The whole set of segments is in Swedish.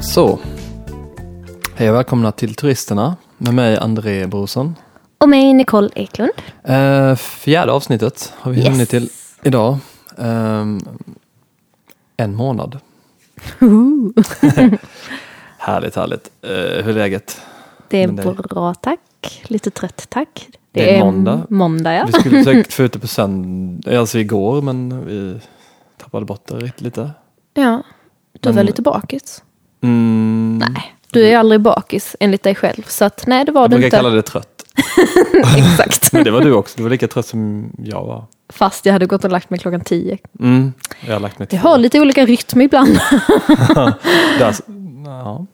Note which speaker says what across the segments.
Speaker 1: Så. Hej och välkomna till Turisterna med mig André Brorsson.
Speaker 2: Och mig Nicole Eklund.
Speaker 1: Eh, fjärde avsnittet har vi
Speaker 2: Yes.
Speaker 1: hunnit till idag. Ehm, en månad. härligt, härligt. Eh, hur är läget?
Speaker 2: Det är
Speaker 1: Men det-
Speaker 2: bra tack. Lite trött tack.
Speaker 1: Det är måndag.
Speaker 2: måndag ja.
Speaker 1: Vi skulle försökt få ut det på söndag, alltså igår, men vi tappade bort det riktigt lite.
Speaker 2: ja. Du var
Speaker 1: Men-
Speaker 2: lite bakis.
Speaker 1: Mm,
Speaker 2: Nej, du är ju aldrig bakis enligt dig själv. Så att nej, det var
Speaker 1: jag
Speaker 2: du
Speaker 1: brukar
Speaker 2: inte.
Speaker 1: kalla det trött.
Speaker 2: Exakt.
Speaker 1: Men det var du också, du var lika trött som jag var.
Speaker 2: Fast jag hade gått och lagt mig klockan tio.
Speaker 1: Mm, jag har lagt mig
Speaker 2: Vi
Speaker 1: till
Speaker 2: har lite olika rytm ibland.
Speaker 1: Där, Mm, ja,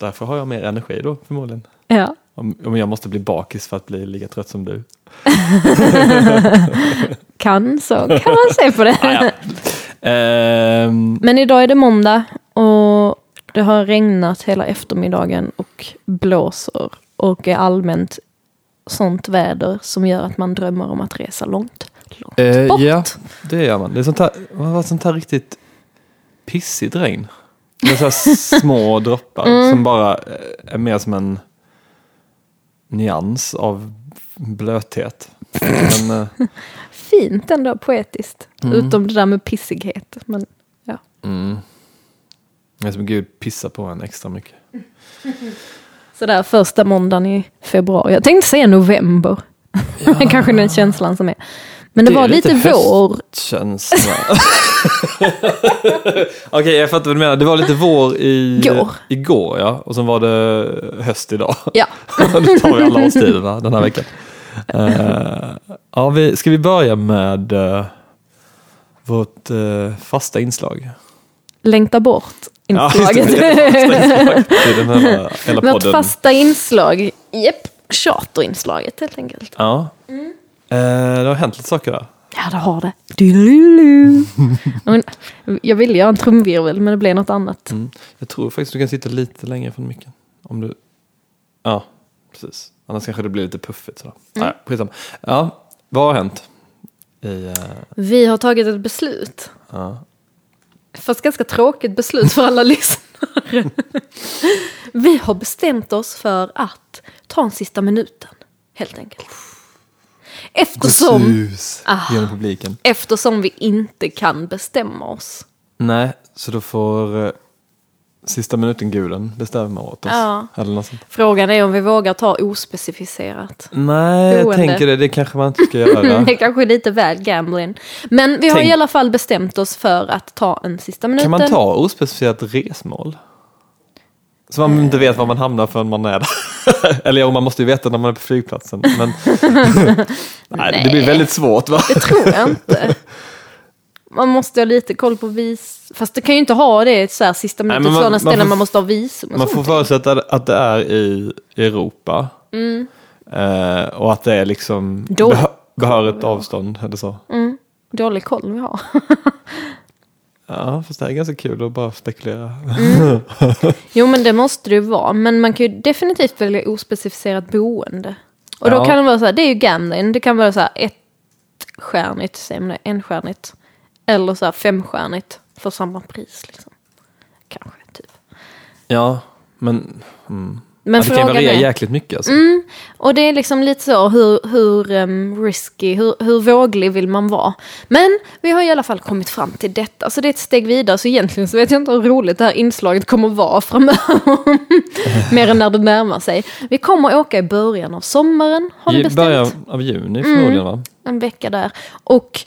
Speaker 1: därför har jag mer energi då förmodligen.
Speaker 2: ja.
Speaker 1: Om, om jag måste bli bakis för att bli lika trött som du.
Speaker 2: Kan så, kan man se på det.
Speaker 1: Ah, ja. Ehm,
Speaker 2: Men idag är det måndag och det har regnat hela eftermiddagen och blåser och är allmänt sånt väder som gör att man drömmer om att resa långt. långt.
Speaker 1: eh,
Speaker 2: Bort.
Speaker 1: ja, det gör man. Det är sånt här, vad var sånt här riktigt pissigt regn. Det är så här små droppar som bara eh, är mer som en nyans av blöthet. Men, eh,
Speaker 2: Fint ändå, poetiskt. Utom det där med pissighet. Men ja.
Speaker 1: mm, det är som Gud pissar på en extra mycket.
Speaker 2: Så där första måndagen i februari. Jag tänkte säga november. Men kanske den känslan som är. Men det,
Speaker 1: Det är
Speaker 2: var
Speaker 1: lite
Speaker 2: lite, vår.
Speaker 1: Känsla. Okej, jag fattar vad du menar. Det var lite vår i,
Speaker 2: Går.
Speaker 1: igår, ja. Och sen var det höst idag.
Speaker 2: Ja.
Speaker 1: nu tar vi alla årstiderna den här veckan. Eh, ja, vi, ska vi börja med eh, vårt eh, fasta inslag?
Speaker 2: Längta bort
Speaker 1: Ja, just
Speaker 2: inslaget.
Speaker 1: det, det är ett fasta inslag. Det är den här, hela
Speaker 2: Vårt
Speaker 1: podden.
Speaker 2: fasta inslag. Japp, charterinslaget helt enkelt.
Speaker 1: Ja. Eh, det har hänt lite saker där.
Speaker 2: Ja, det har det. Dilulu. Men, jag ville göra en trumvirvel, men det blev något annat.
Speaker 1: Mm. Jag tror faktiskt du kan sitta lite längre från micken. Om du... Ja, precis. Annars kanske det blir lite puffigt. Sådär. Nej, skitsamma. Ja, vad har hänt? I, eh,
Speaker 2: Vi har tagit ett beslut.
Speaker 1: ja.
Speaker 2: Fast ganska tråkigt beslut för alla lyssnare. Vi har bestämt oss för att ta en sista minuten, helt enkelt. Eftersom,
Speaker 1: Sus genom publiken.
Speaker 2: eftersom vi inte kan bestämma oss.
Speaker 1: Nej, så då får eh, sista minuten-guden bestämma åt oss.
Speaker 2: Ja.
Speaker 1: Eller något sånt.
Speaker 2: Frågan är om vi vågar ta ospecificerat.
Speaker 1: Nej, jag
Speaker 2: Troende.
Speaker 1: tänker det. Det kanske man inte ska göra.
Speaker 2: Det är kanske är lite väl gambling. Men vi har
Speaker 1: Tänk-
Speaker 2: i alla fall bestämt oss för att ta en sista minuten.
Speaker 1: kan man ta ospecificerat resmål? Så man inte vet var man hamnar förrän man är där. Eller jo, man måste ju veta när man är på flygplatsen. Men... Nej, Det blir väldigt svårt va?
Speaker 2: Det tror jag inte. Man måste ha lite koll på vis... Fast du kan ju inte ha det så här sista
Speaker 1: men
Speaker 2: minuten
Speaker 1: man-
Speaker 2: sådana
Speaker 1: man
Speaker 2: ställen man,
Speaker 1: får-
Speaker 2: måste ha visum och
Speaker 1: Man
Speaker 2: sånt.
Speaker 1: får förutsätta att det är i Europa. Eh, och att det är liksom
Speaker 2: Mm. Då-
Speaker 1: behö- behörigt avstånd eller så.
Speaker 2: Dålig koll vi har.
Speaker 1: Ja, fast det här är ganska kul att bara spekulera.
Speaker 2: Jo men det måste det ju vara. Men man kan ju definitivt välja ospecificerat boende. Och då
Speaker 1: Ja.
Speaker 2: kan det vara så här, det är ju gambling. Det kan vara så här ettstjärnigt, säger man det, enstjärnigt. Eller så här femstjärnigt för samma pris liksom. Kanske, typ.
Speaker 1: Ja, men mm.
Speaker 2: Men
Speaker 1: ja, det kan ju
Speaker 2: frågan
Speaker 1: variera
Speaker 2: är... Mm,
Speaker 1: jäkligt mycket. Alltså.
Speaker 2: Och det är liksom lite så hur, hur em, risky, hur, hur våglig vill man vara? Men vi har i alla fall kommit fram till detta, så det är ett steg vidare. Så egentligen så vet jag inte hur roligt det här inslaget kommer vara framöver. Mer än när det närmar sig. Vi kommer åka i början av sommaren, har vi
Speaker 1: I
Speaker 2: bestämt. Mm.
Speaker 1: början av juni förmodligen va?
Speaker 2: En vecka där. Och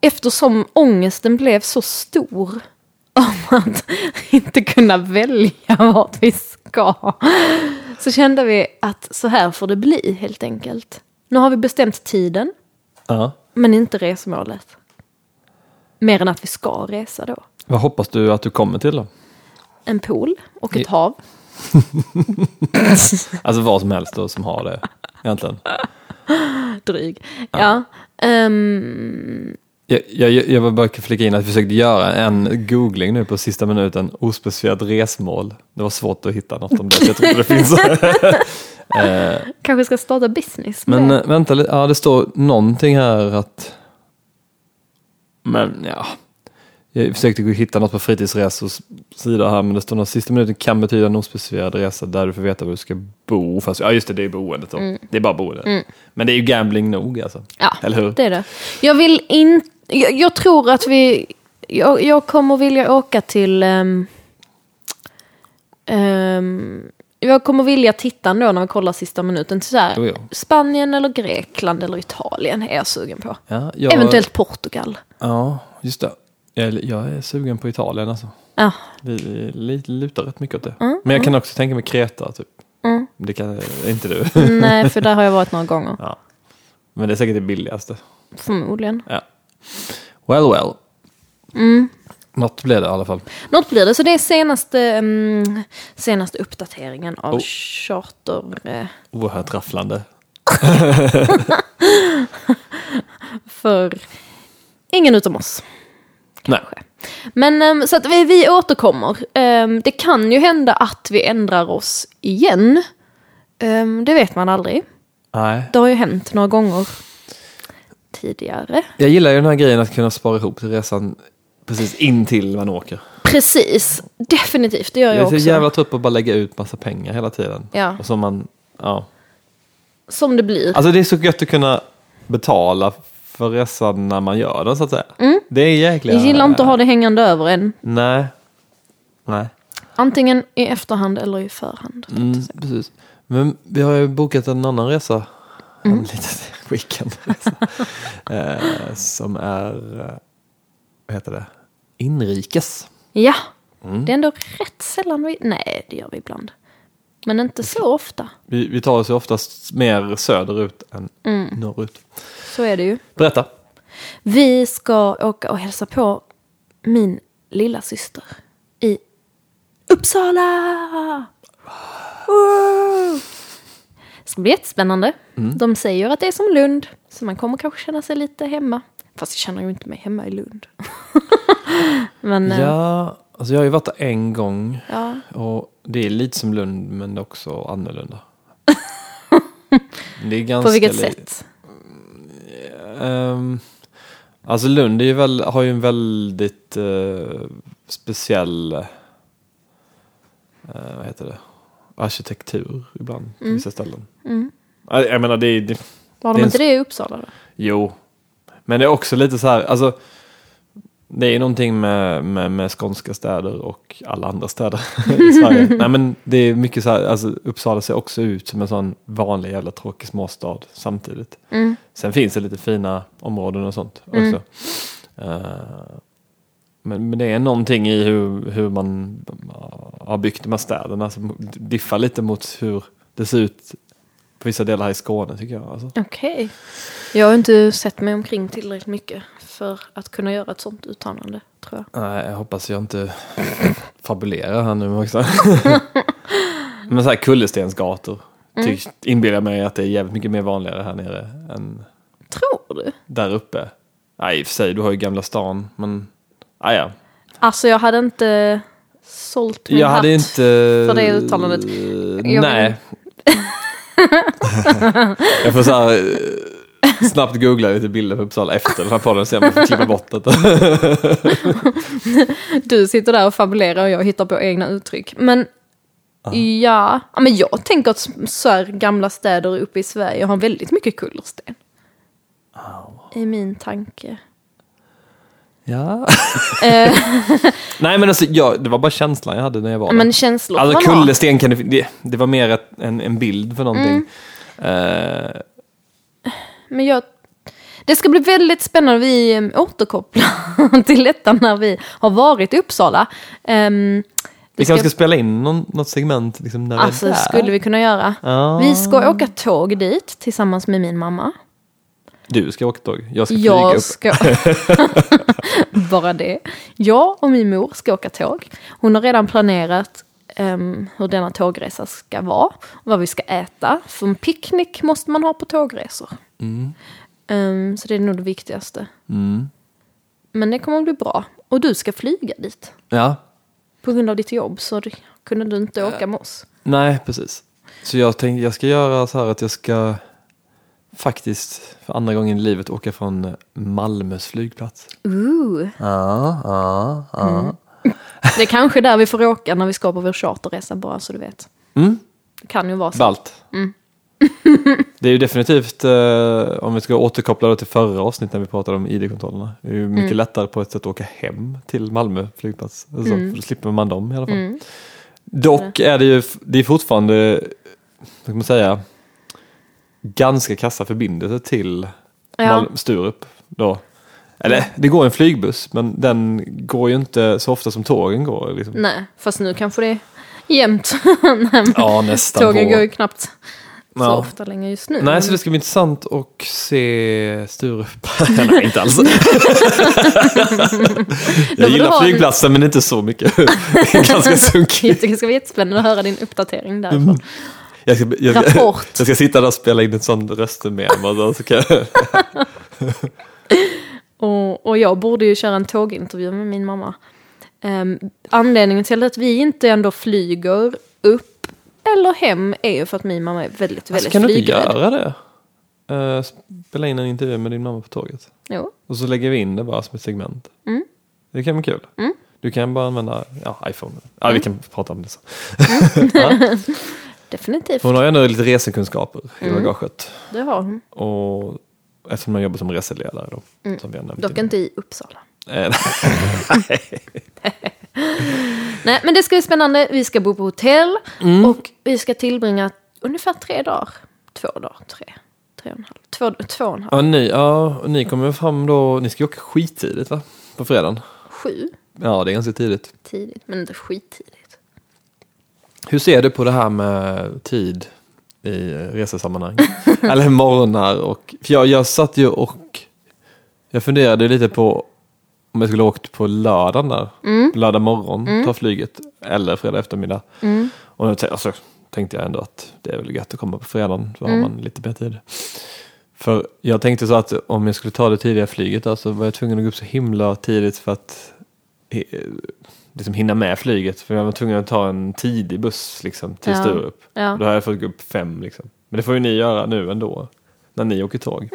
Speaker 2: eftersom ångesten blev så stor om att inte kunna välja vart vi ska. Så kände vi att så här får det bli helt enkelt. Nu har vi bestämt tiden,
Speaker 1: Ja.
Speaker 2: men inte resmålet. Mer än att vi ska resa då.
Speaker 1: Vad hoppas du att du kommer till då?
Speaker 2: En pool och ett
Speaker 1: Ja.
Speaker 2: hav.
Speaker 1: Alltså vad som helst då som har det egentligen.
Speaker 2: Dryg. Ja. Ehm,
Speaker 1: Jag, jag, jag vill bara flika in att jag försökte göra en googling nu på sista minuten, ospecifierat resmål. Det var svårt att hitta något om det, så jag tror inte det finns. Eh,
Speaker 2: kanske ska starta business. med
Speaker 1: Men
Speaker 2: det.
Speaker 1: eh, vänta lite, ja det står någonting här att... Men ja, Jag försökte gå och hitta något på fritidsresors sida här men det står något sista minuten kan betyda en ospecifierad resa där du får veta var du ska bo. Fast, ja just det, det är boendet då. Det är bara boendet. Men det är ju gambling nog alltså.
Speaker 2: Mm. Ja,
Speaker 1: Eller hur?
Speaker 2: det är det. Jag vill inte... Jag, jag tror att vi... Jag, jag kommer vilja åka till... ehm, ehm, jag kommer vilja titta ändå när jag kollar sista minuten. Så här,
Speaker 1: Jo, jo.
Speaker 2: Spanien eller Grekland eller Italien är jag sugen på.
Speaker 1: Ja, jag,
Speaker 2: Eventuellt Portugal.
Speaker 1: Ja, just det. Jag, jag är sugen på Italien alltså.
Speaker 2: Ja,
Speaker 1: Vi li- lutar rätt mycket åt det. men jag kan också tänka mig Kreta typ.
Speaker 2: Mm.
Speaker 1: Det kan inte du.
Speaker 2: nej, för där har jag varit några gånger.
Speaker 1: ja. Men det är säkert det billigaste.
Speaker 2: Förmodligen.
Speaker 1: Ja. Well, well. Mm.
Speaker 2: Mm.
Speaker 1: Något blev det i alla fall.
Speaker 2: Något blir det. Så det är senaste, ehm, senaste uppdateringen av
Speaker 1: Oh.
Speaker 2: charter... eh,
Speaker 1: Oerhört rafflande.
Speaker 2: för ingen utom oss.
Speaker 1: Nej.
Speaker 2: Men ehm, så att vi, vi återkommer. Ehm, det kan ju hända att vi ändrar oss igen. Ehm, det vet man aldrig.
Speaker 1: Nej.
Speaker 2: Det har ju hänt några gånger tidigare.
Speaker 1: Jag gillar ju den här grejen att kunna spara ihop till resan precis in till man åker.
Speaker 2: Precis, definitivt. Det gör
Speaker 1: Jag
Speaker 2: jag
Speaker 1: är så
Speaker 2: också.
Speaker 1: jävla trött på att bara lägga ut massa pengar hela tiden.
Speaker 2: Ja.
Speaker 1: Och så man, ja.
Speaker 2: Som det blir.
Speaker 1: Alltså det är så gött att kunna betala för resan när man gör den så att säga. Det är jäkligt.
Speaker 2: Jag gillar inte att ha det hängande över en.
Speaker 1: Nej. Nej.
Speaker 2: Antingen i efterhand eller i förhand.
Speaker 1: Mm, precis. Men vi har ju bokat en annan resa. En liten weekendresa. eh, som är, eh, vad heter det? Inrikes.
Speaker 2: Ja,
Speaker 1: Mm.
Speaker 2: det är ändå rätt sällan vi... Nej, det gör vi ibland. Men inte så ofta.
Speaker 1: Vi, vi tar oss ju oftast mer söderut än norrut.
Speaker 2: Så är det ju.
Speaker 1: Berätta.
Speaker 2: Vi ska åka och hälsa på min lilla syster i Uppsala! Wow! Det ska bli jättespännande.
Speaker 1: Mm.
Speaker 2: De säger att det är som Lund, så man kommer kanske känna sig lite hemma. Fast jag känner ju inte mig hemma i Lund. Men eh,
Speaker 1: Ja, alltså jag har ju varit där en gång.
Speaker 2: ja.
Speaker 1: Och det är lite som Lund men det är också annorlunda. det är
Speaker 2: på
Speaker 1: ganska
Speaker 2: vilket
Speaker 1: li-
Speaker 2: sätt?
Speaker 1: Ehm, alltså Lund är ju väl, har ju en väldigt eh, speciell eh, vad heter det? arkitektur ibland
Speaker 2: Mm.
Speaker 1: på vissa ställen. Ja, Jag menar det är, det,
Speaker 2: Var
Speaker 1: Det
Speaker 2: de
Speaker 1: är
Speaker 2: inte
Speaker 1: en-
Speaker 2: det i Uppsala då?
Speaker 1: jo. Men det är också lite så här, alltså det är ju någonting med, med, med skånska städer och alla andra städer i Sverige. Nej men det är mycket så här, alltså Uppsala ser också ut som en sån vanlig jävla tråkig småstad samtidigt.
Speaker 2: Mm.
Speaker 1: Sen finns det lite fina områden och sånt också.
Speaker 2: Mm.
Speaker 1: Eh, men, men det är någonting i hur, hur man har byggt de här städerna som diffar lite mot hur det ser ut på vissa delar här i Skåne tycker jag. Alltså.
Speaker 2: Okej. Jag har inte sett mig omkring tillräckligt mycket för att kunna göra ett sånt uttalande, tror jag.
Speaker 1: Nej, jag hoppas jag inte fabulerar här nu också. men så här kullerstensgator mm. inbillar mig att det är jävligt mycket mer vanligare här nere än
Speaker 2: Tror du?
Speaker 1: där uppe. Nej, i och för sig, du har ju Gamla stan, men... Ah, ja.
Speaker 2: Alltså jag hade inte sålt min
Speaker 1: Jag
Speaker 2: hatt.
Speaker 1: hade inte... För
Speaker 2: det uttalandet. Jag
Speaker 1: nej. jag får så här, eh, snabbt googla lite bilder på Uppsala efter den här podden och se om jag får klippa bort det.
Speaker 2: Du sitter där och fabulerar och jag hittar på egna uttryck. Men ja, Ja, men jag tänker att så här gamla städer uppe i Sverige har väldigt mycket kullersten.
Speaker 1: Ah.
Speaker 2: I min tanke. Eh,
Speaker 1: ja. nej men alltså, jag, det var bara känslan jag hade när jag var där.
Speaker 2: Men känslor
Speaker 1: Alltså
Speaker 2: får man ha.
Speaker 1: kullersten kan det, det, det var mer ett, en, en bild för någonting. Eh,
Speaker 2: Men jag... Det ska bli väldigt spännande. Vi em, återkopplar till detta när vi har varit i Uppsala. Em,
Speaker 1: vi
Speaker 2: ska-
Speaker 1: kanske ska spela in någon, något segment liksom, när
Speaker 2: alltså
Speaker 1: vi är där.
Speaker 2: skulle vi kunna göra.
Speaker 1: Ja.
Speaker 2: Vi ska åka tåg dit tillsammans med min mamma.
Speaker 1: Du ska åka tåg, jag ska flyga upp.
Speaker 2: Jag ska... Bara det. Jag och min mor ska åka tåg. Hon har redan planerat em, hur denna tågresa ska vara. Och vad vi ska äta. För en picknick måste man ha på tågresor.
Speaker 1: Mm.
Speaker 2: Em, så det är nog det viktigaste. Men det kommer att bli bra. Och du ska flyga dit.
Speaker 1: Ja,
Speaker 2: På grund av ditt jobb så du- kunde du inte åka med oss.
Speaker 1: Nej, precis. Så jag tänkte jag ska göra så här att jag ska faktiskt för andra gången i livet åka från Malmös flygplats. Mm.
Speaker 2: Ooh.
Speaker 1: Ja, ja, ja.
Speaker 2: Det är kanske där vi får åka när vi ska på vår charterresa bara så du vet.
Speaker 1: Mm,
Speaker 2: Det kan ju vara så.
Speaker 1: ballt.
Speaker 2: Mm.
Speaker 1: det är ju definitivt, eh, om vi ska återkoppla då till förra avsnittet när vi pratade om id-kontrollerna, det är ju
Speaker 2: Mm.
Speaker 1: mycket lättare på ett sätt att åka hem till Malmö flygplats. Alltså, för Då slipper man dem i alla fall.
Speaker 2: Mm.
Speaker 1: Dock är det ju f- det är fortfarande, vad ska man säga, ganska kassa förbindelser till
Speaker 2: Ja. Mm.
Speaker 1: Malmö, Sturup. Då. Eller det går en flygbuss, men den går ju inte så ofta som tågen går. Liksom.
Speaker 2: Nej, fast nu kanske det är jämnt.
Speaker 1: Ja, nästan.
Speaker 2: Tågen
Speaker 1: på-
Speaker 2: går ju knappt så
Speaker 1: Ja.
Speaker 2: ofta längre just nu.
Speaker 1: Nej, så det ska bli intressant att se Sturup. Nej, inte alls.
Speaker 2: men
Speaker 1: Jag
Speaker 2: då har
Speaker 1: gillar
Speaker 2: vi-
Speaker 1: flygplatsen, men inte så mycket. Det är Ganska sunkigt.
Speaker 2: Jätte- Det ska bli jättespännande att höra din uppdatering där.
Speaker 1: Mm. Jag ska, jag, ska,
Speaker 2: Rapport.
Speaker 1: jag ska sitta där och spela in en sån röstmem. och då ska jag-
Speaker 2: Och, och jag borde ju köra en tågintervju med min mamma. Ehm, anledningen till att vi inte ändå flyger upp eller hem är ju för att min mamma är väldigt, väldigt
Speaker 1: Alltså, kan du inte
Speaker 2: flygrädd.
Speaker 1: göra det? Eh, spela in en intervju med din mamma på tåget.
Speaker 2: Jo.
Speaker 1: Och så lägger vi in det bara som ett segment.
Speaker 2: Mm.
Speaker 1: Det kan bli kul. Du kan bara använda ja, iPhone. Ja,
Speaker 2: Mm.
Speaker 1: Vi kan prata om det sen.
Speaker 2: Definitivt,
Speaker 1: Hon har ju ändå lite resekunskaper i
Speaker 2: Mm.
Speaker 1: bagaget.
Speaker 2: det har hon.
Speaker 1: Och eftersom man jobbar som reseledare då. Som vi har nämnt
Speaker 2: Dock
Speaker 1: innan.
Speaker 2: inte i Uppsala.
Speaker 1: Eh,
Speaker 2: Nej, men det ska bli spännande. Vi ska bo på hotell
Speaker 1: Mm.
Speaker 2: och vi ska tillbringa ungefär tre dagar. Två dagar, tre, tre och en halv. Två, två och en halv,
Speaker 1: ja, ni, ja, och ni kommer fram då. Ni ska ju åka skittidigt va? På fredagen.
Speaker 2: sju
Speaker 1: Ja, det är ganska tidigt.
Speaker 2: tidigt, men inte skittidigt.
Speaker 1: Hur ser du på det här med tid i resesammanhang? Eller morgnar och... För jag, jag satt ju och... Jag funderade lite på om jag skulle ha åkt på lördagen där.
Speaker 2: Mm.
Speaker 1: Lördag morgon, ta flyget. Eller fredag eftermiddag.
Speaker 2: Mm.
Speaker 1: Och då t- alltså, tänkte jag ändå att det är väl gött att komma på fredagen. Då
Speaker 2: Mm.
Speaker 1: har man lite mer tid. För jag tänkte så att om jag skulle ta det tidiga flyget där, så var jag tvungen att gå upp så himla tidigt för att eh, liksom hinna med flyget. För jag var tvungen att ta en tidig buss liksom, till
Speaker 2: Ja.
Speaker 1: Sturup.
Speaker 2: Ja.
Speaker 1: Då har jag fått gå upp fem. Liksom. Men det får ju ni göra nu ändå, när ni åker tåg.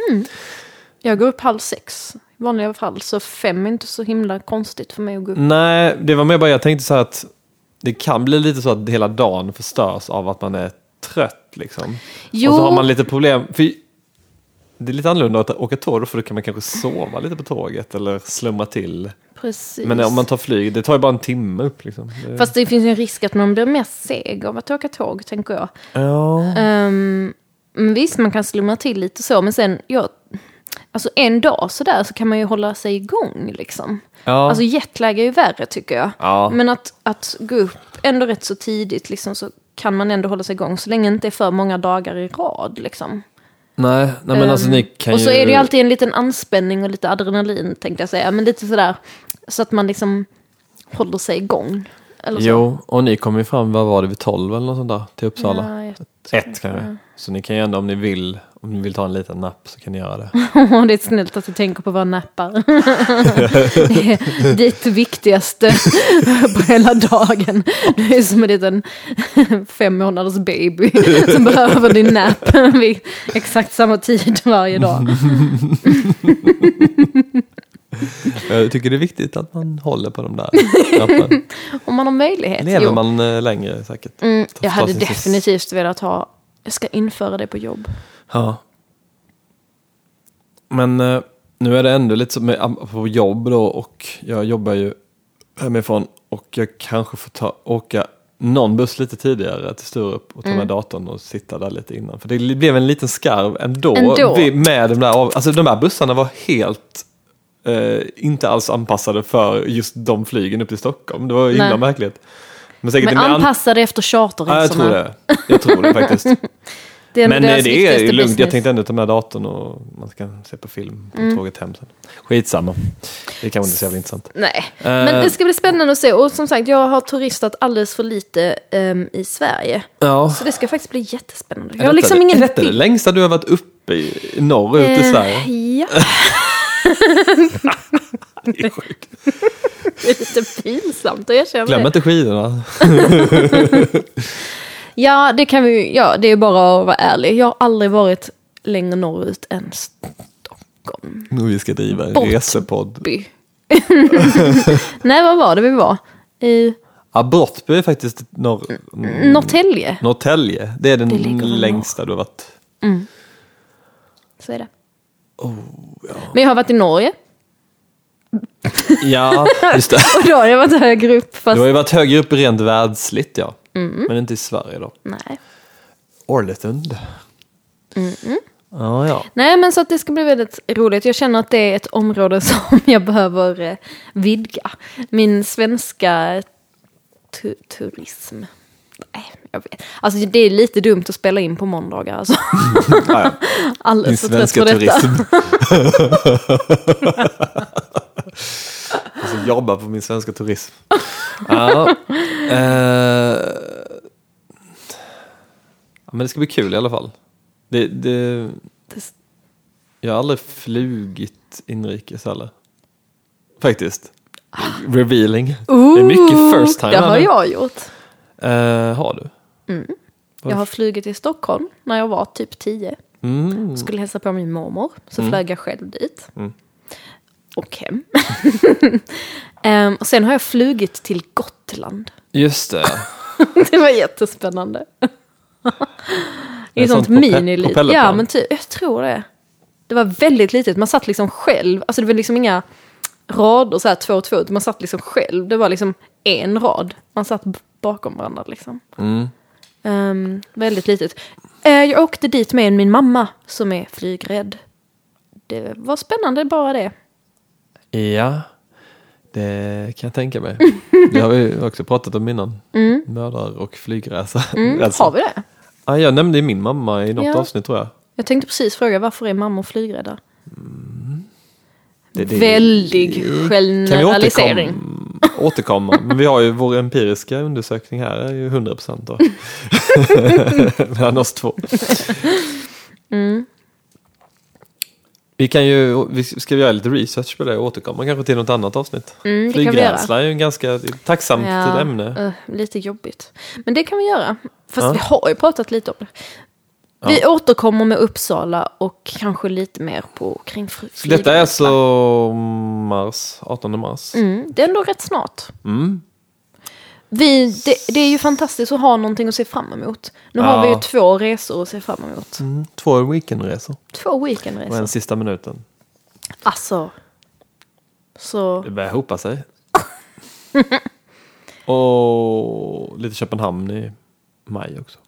Speaker 2: Jag går upp halv sex i vanliga fall, så fem är inte så himla konstigt för mig att gå upp.
Speaker 1: Mm. Nej, det var mer bara jag tänkte så här att det kan bli lite så att hela dagen förstörs av att man är trött. Liksom.
Speaker 2: Jo,
Speaker 1: Och så har man lite problem. För det är lite annorlunda att åka tåg, då, för då kan man kanske sova lite på tåget eller slumra till.
Speaker 2: precis.
Speaker 1: Men om man tar flyg, det tar ju bara en timme upp. Liksom. Det...
Speaker 2: Fast det finns ju en risk att man blir mer seg av att åka tåg, tänker jag.
Speaker 1: Ja.
Speaker 2: Ehm, men visst, man kan slumra till lite så, men sen, ja, alltså en dag sådär så kan man ju hålla sig igång liksom.
Speaker 1: Ja.
Speaker 2: Alltså jetlag är ju värre tycker jag.
Speaker 1: Ja.
Speaker 2: Men att, att gå upp ändå rätt så tidigt liksom, så kan man ändå hålla sig igång så länge det inte är för många dagar i rad. Liksom.
Speaker 1: nej, nej, men alltså
Speaker 2: Ehm,
Speaker 1: ni kan
Speaker 2: och så
Speaker 1: ju...
Speaker 2: är det ju alltid en liten anspänning och lite adrenalin tänkte jag säga, men lite sådär så att man liksom håller sig igång. Eller så.
Speaker 1: Jo, och ni kommer ju fram, vad var det, vid 12 eller något sånt där, till Uppsala?
Speaker 2: Ja, jag-
Speaker 1: Ett kanske. Så ni kan ju ändå, om ni vill, om ni vill ta en liten napp så kan ni göra det.
Speaker 2: Åh, det är snällt att du tänker på våra nappar. det är ditt viktigaste på hela dagen. Du är som en liten fem månaders baby som behöver din napp vid exakt samma tid varje dag.
Speaker 1: Jag tycker det är viktigt att man håller på de där napparna.
Speaker 2: Om man har möjlighet.
Speaker 1: Lever
Speaker 2: jo.
Speaker 1: man eh, längre säkert.
Speaker 2: Mm,
Speaker 1: Ta-
Speaker 2: jag
Speaker 1: ta
Speaker 2: hade
Speaker 1: sin-
Speaker 2: definitivt velat ha, jag ska införa det på jobb.
Speaker 1: Ja. Men eh, nu är det ändå lite som med- på jobb då och jag jobbar ju hemifrån och jag kanske får ta, åka någon buss lite tidigare till Sturup och ta
Speaker 2: Mm.
Speaker 1: med datorn och sitta där lite innan. För det li- blev en liten skarv ändå,
Speaker 2: Ändå.
Speaker 1: vi- med de där, av- alltså de där bussarna var helt eh, inte alls anpassade för just de flygen upp till Stockholm. Det var ju himla
Speaker 2: Nej.
Speaker 1: märkligt. Men, säkert
Speaker 2: Men
Speaker 1: det med an-
Speaker 2: anpassa det efter charterresorna.
Speaker 1: Ja, jag tror det. Jag tror det faktiskt.
Speaker 2: Det är nog
Speaker 1: Men
Speaker 2: deras
Speaker 1: eh, det är ju
Speaker 2: viktigaste
Speaker 1: lugnt, jag
Speaker 2: business. Mm.
Speaker 1: tänkte ändå ta med datorn och man kan se på film på tåget hem sen. Skitsamma, det kanske inte är så jävla intressant.
Speaker 2: Nej,
Speaker 1: Eh.
Speaker 2: men det ska bli spännande att se. Och som sagt, jag har turistat alldeles för lite ehm, i Sverige.
Speaker 1: Ja.
Speaker 2: Så det ska faktiskt bli jättespännande. Jag
Speaker 1: Är
Speaker 2: har liksom
Speaker 1: detta,
Speaker 2: ingen
Speaker 1: är detta det längsta du har varit uppe i, norrut i Sverige?
Speaker 2: Eh, Ja,
Speaker 1: Det är sjukt.
Speaker 2: det är lite pinsamt att erkänna
Speaker 1: Glöm
Speaker 2: det.
Speaker 1: inte skidorna.
Speaker 2: Ja, det kan vi ju- Ja, det är bara att vara ärlig. Jag har aldrig varit längre norrut än Stockholm.
Speaker 1: Nu vi ska driva en
Speaker 2: Bort.
Speaker 1: resepodd.
Speaker 2: By. Nej, vad var det vi var? I
Speaker 1: Ja, Brottby är faktiskt norr...
Speaker 2: Norrtälje.
Speaker 1: Norrtälje. Det är den
Speaker 2: Det ligger väl
Speaker 1: längsta du har varit.
Speaker 2: Så är det.
Speaker 1: Oh,
Speaker 2: Men jag har varit i Norge.
Speaker 1: Ja, just det.
Speaker 2: Och då har jag varit högre upp. Fast...
Speaker 1: Du har ju varit högre upp rent världsligt, ja.
Speaker 2: Mm.
Speaker 1: Men inte i Sverige då.
Speaker 2: Nej.
Speaker 1: Orletund.
Speaker 2: Mm.
Speaker 1: Ja, ja.
Speaker 2: Nej, men så att det ska bli väldigt roligt. Jag känner att det är ett område som jag behöver eh, vidga. Min svenska tu- turism. Nej, jag vet. Alltså det är lite dumt att spela in på måndagar. Alltså.
Speaker 1: ja, ja. Din
Speaker 2: Alldeles för trött
Speaker 1: svenska
Speaker 2: på detta.
Speaker 1: turism. alltså jobba på min svenska turism. Ja. eh, ja, men det ska bli kul i alla fall. Det, det,
Speaker 2: Det-
Speaker 1: jag har aldrig flugit inrikes heller. Faktiskt. Revealing. det är mycket first time.
Speaker 2: Mm, Det
Speaker 1: här
Speaker 2: har
Speaker 1: nu.
Speaker 2: jag gjort.
Speaker 1: Eh, har du?
Speaker 2: Jag har flugit till Stockholm när jag var typ 10.
Speaker 1: Mm.
Speaker 2: Skulle hälsa på min mormor, så flög jag själv dit. Och hem. Ehm, och sen har jag flugit till Gotland.
Speaker 1: Just det. ja.
Speaker 2: det var jättespännande. I
Speaker 1: Ett
Speaker 2: ett sånt
Speaker 1: sånt prope-
Speaker 2: miniliv.
Speaker 1: propellerplan.
Speaker 2: Ja, men typ, jag tror det. Det var väldigt litet, man satt liksom själv. Alltså det var liksom inga rader så här två och två, utan man satt liksom själv. Det var liksom en rad. Man satt b- bakom varandra liksom.
Speaker 1: Mm.
Speaker 2: Ehm, väldigt litet. Eh, jag åkte dit med min mamma som är flygrädd. Det var spännande bara det.
Speaker 1: Ja, det kan jag tänka mig. Det har vi ju också pratat om innan. Mördar och flygresa.
Speaker 2: Mm,
Speaker 1: Alltså.
Speaker 2: Har vi det?
Speaker 1: Ja, jag nämnde ju min mamma i något
Speaker 2: Ja.
Speaker 1: avsnitt tror jag.
Speaker 2: Jag tänkte precis fråga varför är mammor flygrädda?
Speaker 1: Det, det-
Speaker 2: Väldig
Speaker 1: kan vi
Speaker 2: generalisering.
Speaker 1: återkomma, återkomma? Men vi har ju vår empiriska undersökning här, är ju 100 procent då. Mellan oss två.
Speaker 2: Mm.
Speaker 1: Vi kan ju, vi ska göra lite research på det och återkomma kanske till något annat avsnitt.
Speaker 2: Mm, det kan vi göra.
Speaker 1: Flygrädsla är ju en ganska tacksamt ämne.
Speaker 2: eh, lite jobbigt. Men det kan vi göra. Fast
Speaker 1: Ja.
Speaker 2: vi har ju pratat lite om det. Vi återkommer med Uppsala och kanske lite mer på kring fri-
Speaker 1: Så Detta är
Speaker 2: flygrädsla.
Speaker 1: alltså mars, 18 mars.
Speaker 2: Mm, det är ändå rätt snart.
Speaker 1: Mm.
Speaker 2: Vi, det, det är ju fantastiskt att ha någonting att se fram emot. Nu
Speaker 1: Ja.
Speaker 2: har vi ju två resor att se fram emot.
Speaker 1: Mm. Två weekendresor
Speaker 2: Två
Speaker 1: och
Speaker 2: weekendresor.
Speaker 1: en sista minuten.
Speaker 2: Alltså. Så,
Speaker 1: Det börjar hopa sig. och lite Köpenhamn i maj också.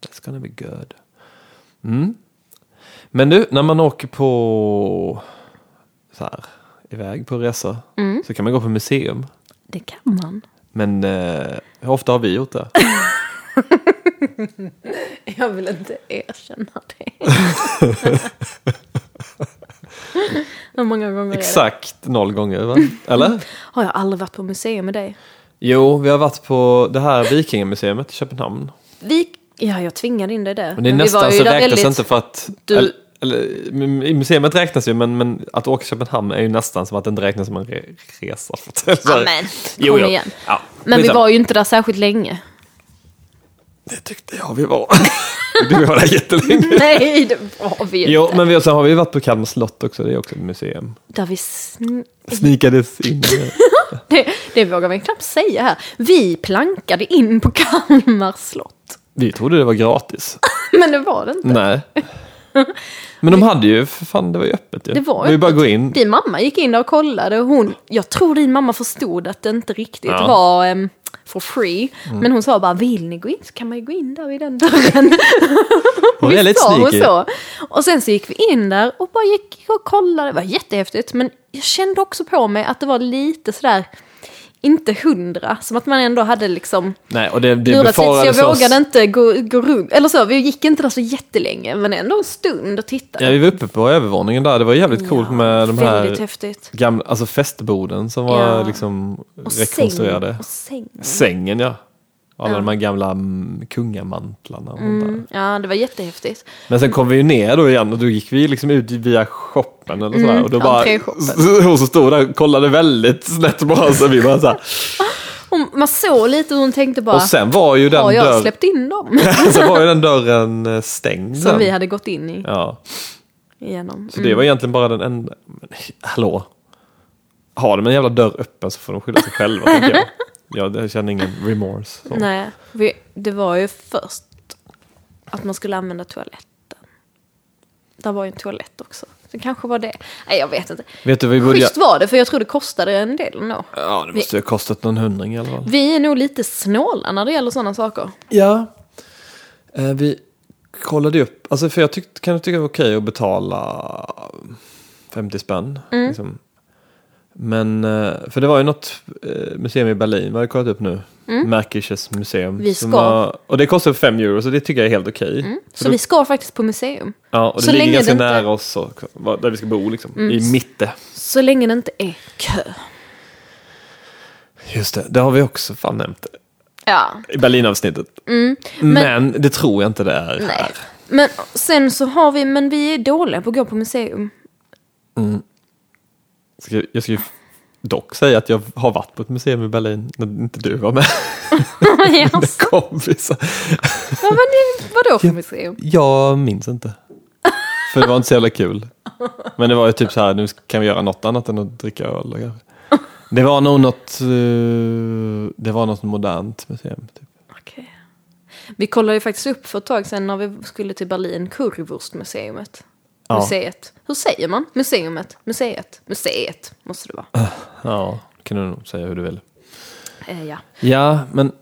Speaker 1: That's gonna be good. Mm. Men du, när man åker på så här, iväg på resa så kan man gå på museum.
Speaker 2: det kan man.
Speaker 1: Men eh, hur ofta har vi gjort det?
Speaker 2: Jag vill inte erkänna det. Hur många gånger är det?
Speaker 1: Exakt noll gånger, va? Eller?
Speaker 2: Har jag aldrig varit på museum med dig?
Speaker 1: Jo, vi har varit på det här Vikingamuseet i Köpenhamn.
Speaker 2: Vi... Ja, jag tvingade in dig där.
Speaker 1: Men det är
Speaker 2: vi
Speaker 1: nästan så
Speaker 2: där
Speaker 1: räknas inte för att...
Speaker 2: Du-
Speaker 1: Eller, eller, i museet räknas ju, men, men att åka till Köpenhamn är ju nästan som att det inte räknas som en re resa.
Speaker 2: Ja, men, kom igen.
Speaker 1: Ja,
Speaker 2: Men vi
Speaker 1: skitsamma.
Speaker 2: var ju inte där särskilt länge.
Speaker 1: Det tyckte jag vi var. du var där jättelänge.
Speaker 2: Nej, det var vi ju
Speaker 1: Jo,
Speaker 2: inte.
Speaker 1: men vi, sen har vi varit på Kalmar slott också, det är också ett museum.
Speaker 2: Där vi sn-
Speaker 1: Snikades in.
Speaker 2: det, det vågar vi knappt säga här. Vi plankade in på Kalmar slott.
Speaker 1: Vi trodde det var gratis.
Speaker 2: Men det var det inte.
Speaker 1: Nej. Men de hade ju, för fan det var ju öppet ju.
Speaker 2: Det var
Speaker 1: ju
Speaker 2: öppet.
Speaker 1: bara att gå in.
Speaker 2: Din mamma gick in där och kollade och hon, jag tror din mamma förstod att det inte riktigt
Speaker 1: Ja. Mm.
Speaker 2: var em, for free. Men hon sa bara, vill ni gå in så kan man ju gå in där vid den dörren.
Speaker 1: Hon är lite
Speaker 2: Sa hon
Speaker 1: sneaky.
Speaker 2: så. Och sen så gick vi in där och bara gick och kollade. Det var jättehäftigt men jag kände också på mig att det var lite sådär, inte hundra, som att man ändå hade liksom
Speaker 1: Nej, och det, det
Speaker 2: lurat sig. Så jag
Speaker 1: befarades oss.
Speaker 2: vågade inte gå, gå runt. Eller så, vi gick inte där så jättelänge men ändå en stund och tittade.
Speaker 1: Ja, vi var uppe på övervåningen där. Det var jävligt coolt med de här
Speaker 2: Väldigt häftigt.
Speaker 1: gamla, alltså festborden som var
Speaker 2: Ja.
Speaker 1: liksom rekonstruerade.
Speaker 2: säng. Och säng.
Speaker 1: Sängen ja. Alla
Speaker 2: Ja.
Speaker 1: de här gamla mm, kungamantlarna. och sånt där.
Speaker 2: Mm, ja, det var jättehäftigt.
Speaker 1: Men sen kom vi ju ner då igen och då gick vi liksom ut via shoppen eller sådär. och då bara,
Speaker 2: Mm, entréshoppen.
Speaker 1: hon som stod där och kollade väldigt snett på oss och vi bara såhär,
Speaker 2: Hon, man såg lite hur hon tänkte bara,
Speaker 1: Och sen var ju den,
Speaker 2: har jag
Speaker 1: dörr,
Speaker 2: släppt in dem?
Speaker 1: sen var ju den dörren eh, stängd.
Speaker 2: Som
Speaker 1: sen.
Speaker 2: vi hade gått in i,
Speaker 1: Ja,
Speaker 2: igenom.
Speaker 1: så det var egentligen bara den enda... Men, hallå? Har de en jävla dörr öppen så får de skylla sig själva, tänker jag. Jag jag känner ingen remorse. Så.
Speaker 2: Nej, vi, det var ju först att man skulle använda toaletten. Där var ju en toalett också. Det kanske var det. Nej, jag vet inte.
Speaker 1: Vet du, vi borde...
Speaker 2: Schysst var det, för jag tror det kostade en del ändå.
Speaker 1: Ja, det måste ju ha kostat någon hundring i alla fall.
Speaker 2: Vi är nog lite snåla när det gäller sådana saker.
Speaker 1: Ja. Eh, vi kollade ju upp, alltså för jag tyck, kan tycka det var okej att betala 50 spänn.
Speaker 2: Mm.
Speaker 1: Liksom. Men, eh, för det var ju något eh, museum i Berlin, vad har jag kollat upp nu? Märkisches museum.
Speaker 2: Mm. Vi
Speaker 1: som
Speaker 2: ska. Mm.
Speaker 1: Var, och det kostar 5 euro, så det tycker jag är helt okej. För
Speaker 2: Så
Speaker 1: då-
Speaker 2: vi ska faktiskt på museum.
Speaker 1: ja, och det
Speaker 2: så
Speaker 1: ligger
Speaker 2: länge
Speaker 1: ganska
Speaker 2: det inte- Mm.
Speaker 1: nära oss, och, var- där vi ska bo, liksom, i mitten.
Speaker 2: Så länge det inte är kö.
Speaker 1: Just det, det har vi också fan nämnt
Speaker 2: Ja.
Speaker 1: i Berlin-avsnittet. men... det tror jag inte det är
Speaker 2: Mm. Nej.
Speaker 1: här.
Speaker 2: Men sen så har vi, men vi är dåliga på att gå på museum.
Speaker 1: Ska, jag ska ju dock säga att jag har varit på ett museum i Berlin när inte du var med.
Speaker 2: Jaså,
Speaker 1: Kompisar.
Speaker 2: vad var det- vadå för museum?
Speaker 1: Jag minns inte. För det var inte så jävla kul. Men det var ju typ så här, nu kan vi göra något annat än att dricka öl. och grejer. Det var nog något, eh, det var något modernt museum. Typ.
Speaker 2: Okej. Vi kollade ju faktiskt upp för ett tag sedan när vi skulle till Berlin, Kurwurstmuseet.
Speaker 1: Ja.
Speaker 2: Museet. Hur säger man? Museumet? Museet? Museet måste det vara.
Speaker 1: Ja, det kan du nog säga hur du vill.
Speaker 2: Eh, ja.
Speaker 1: Ja, men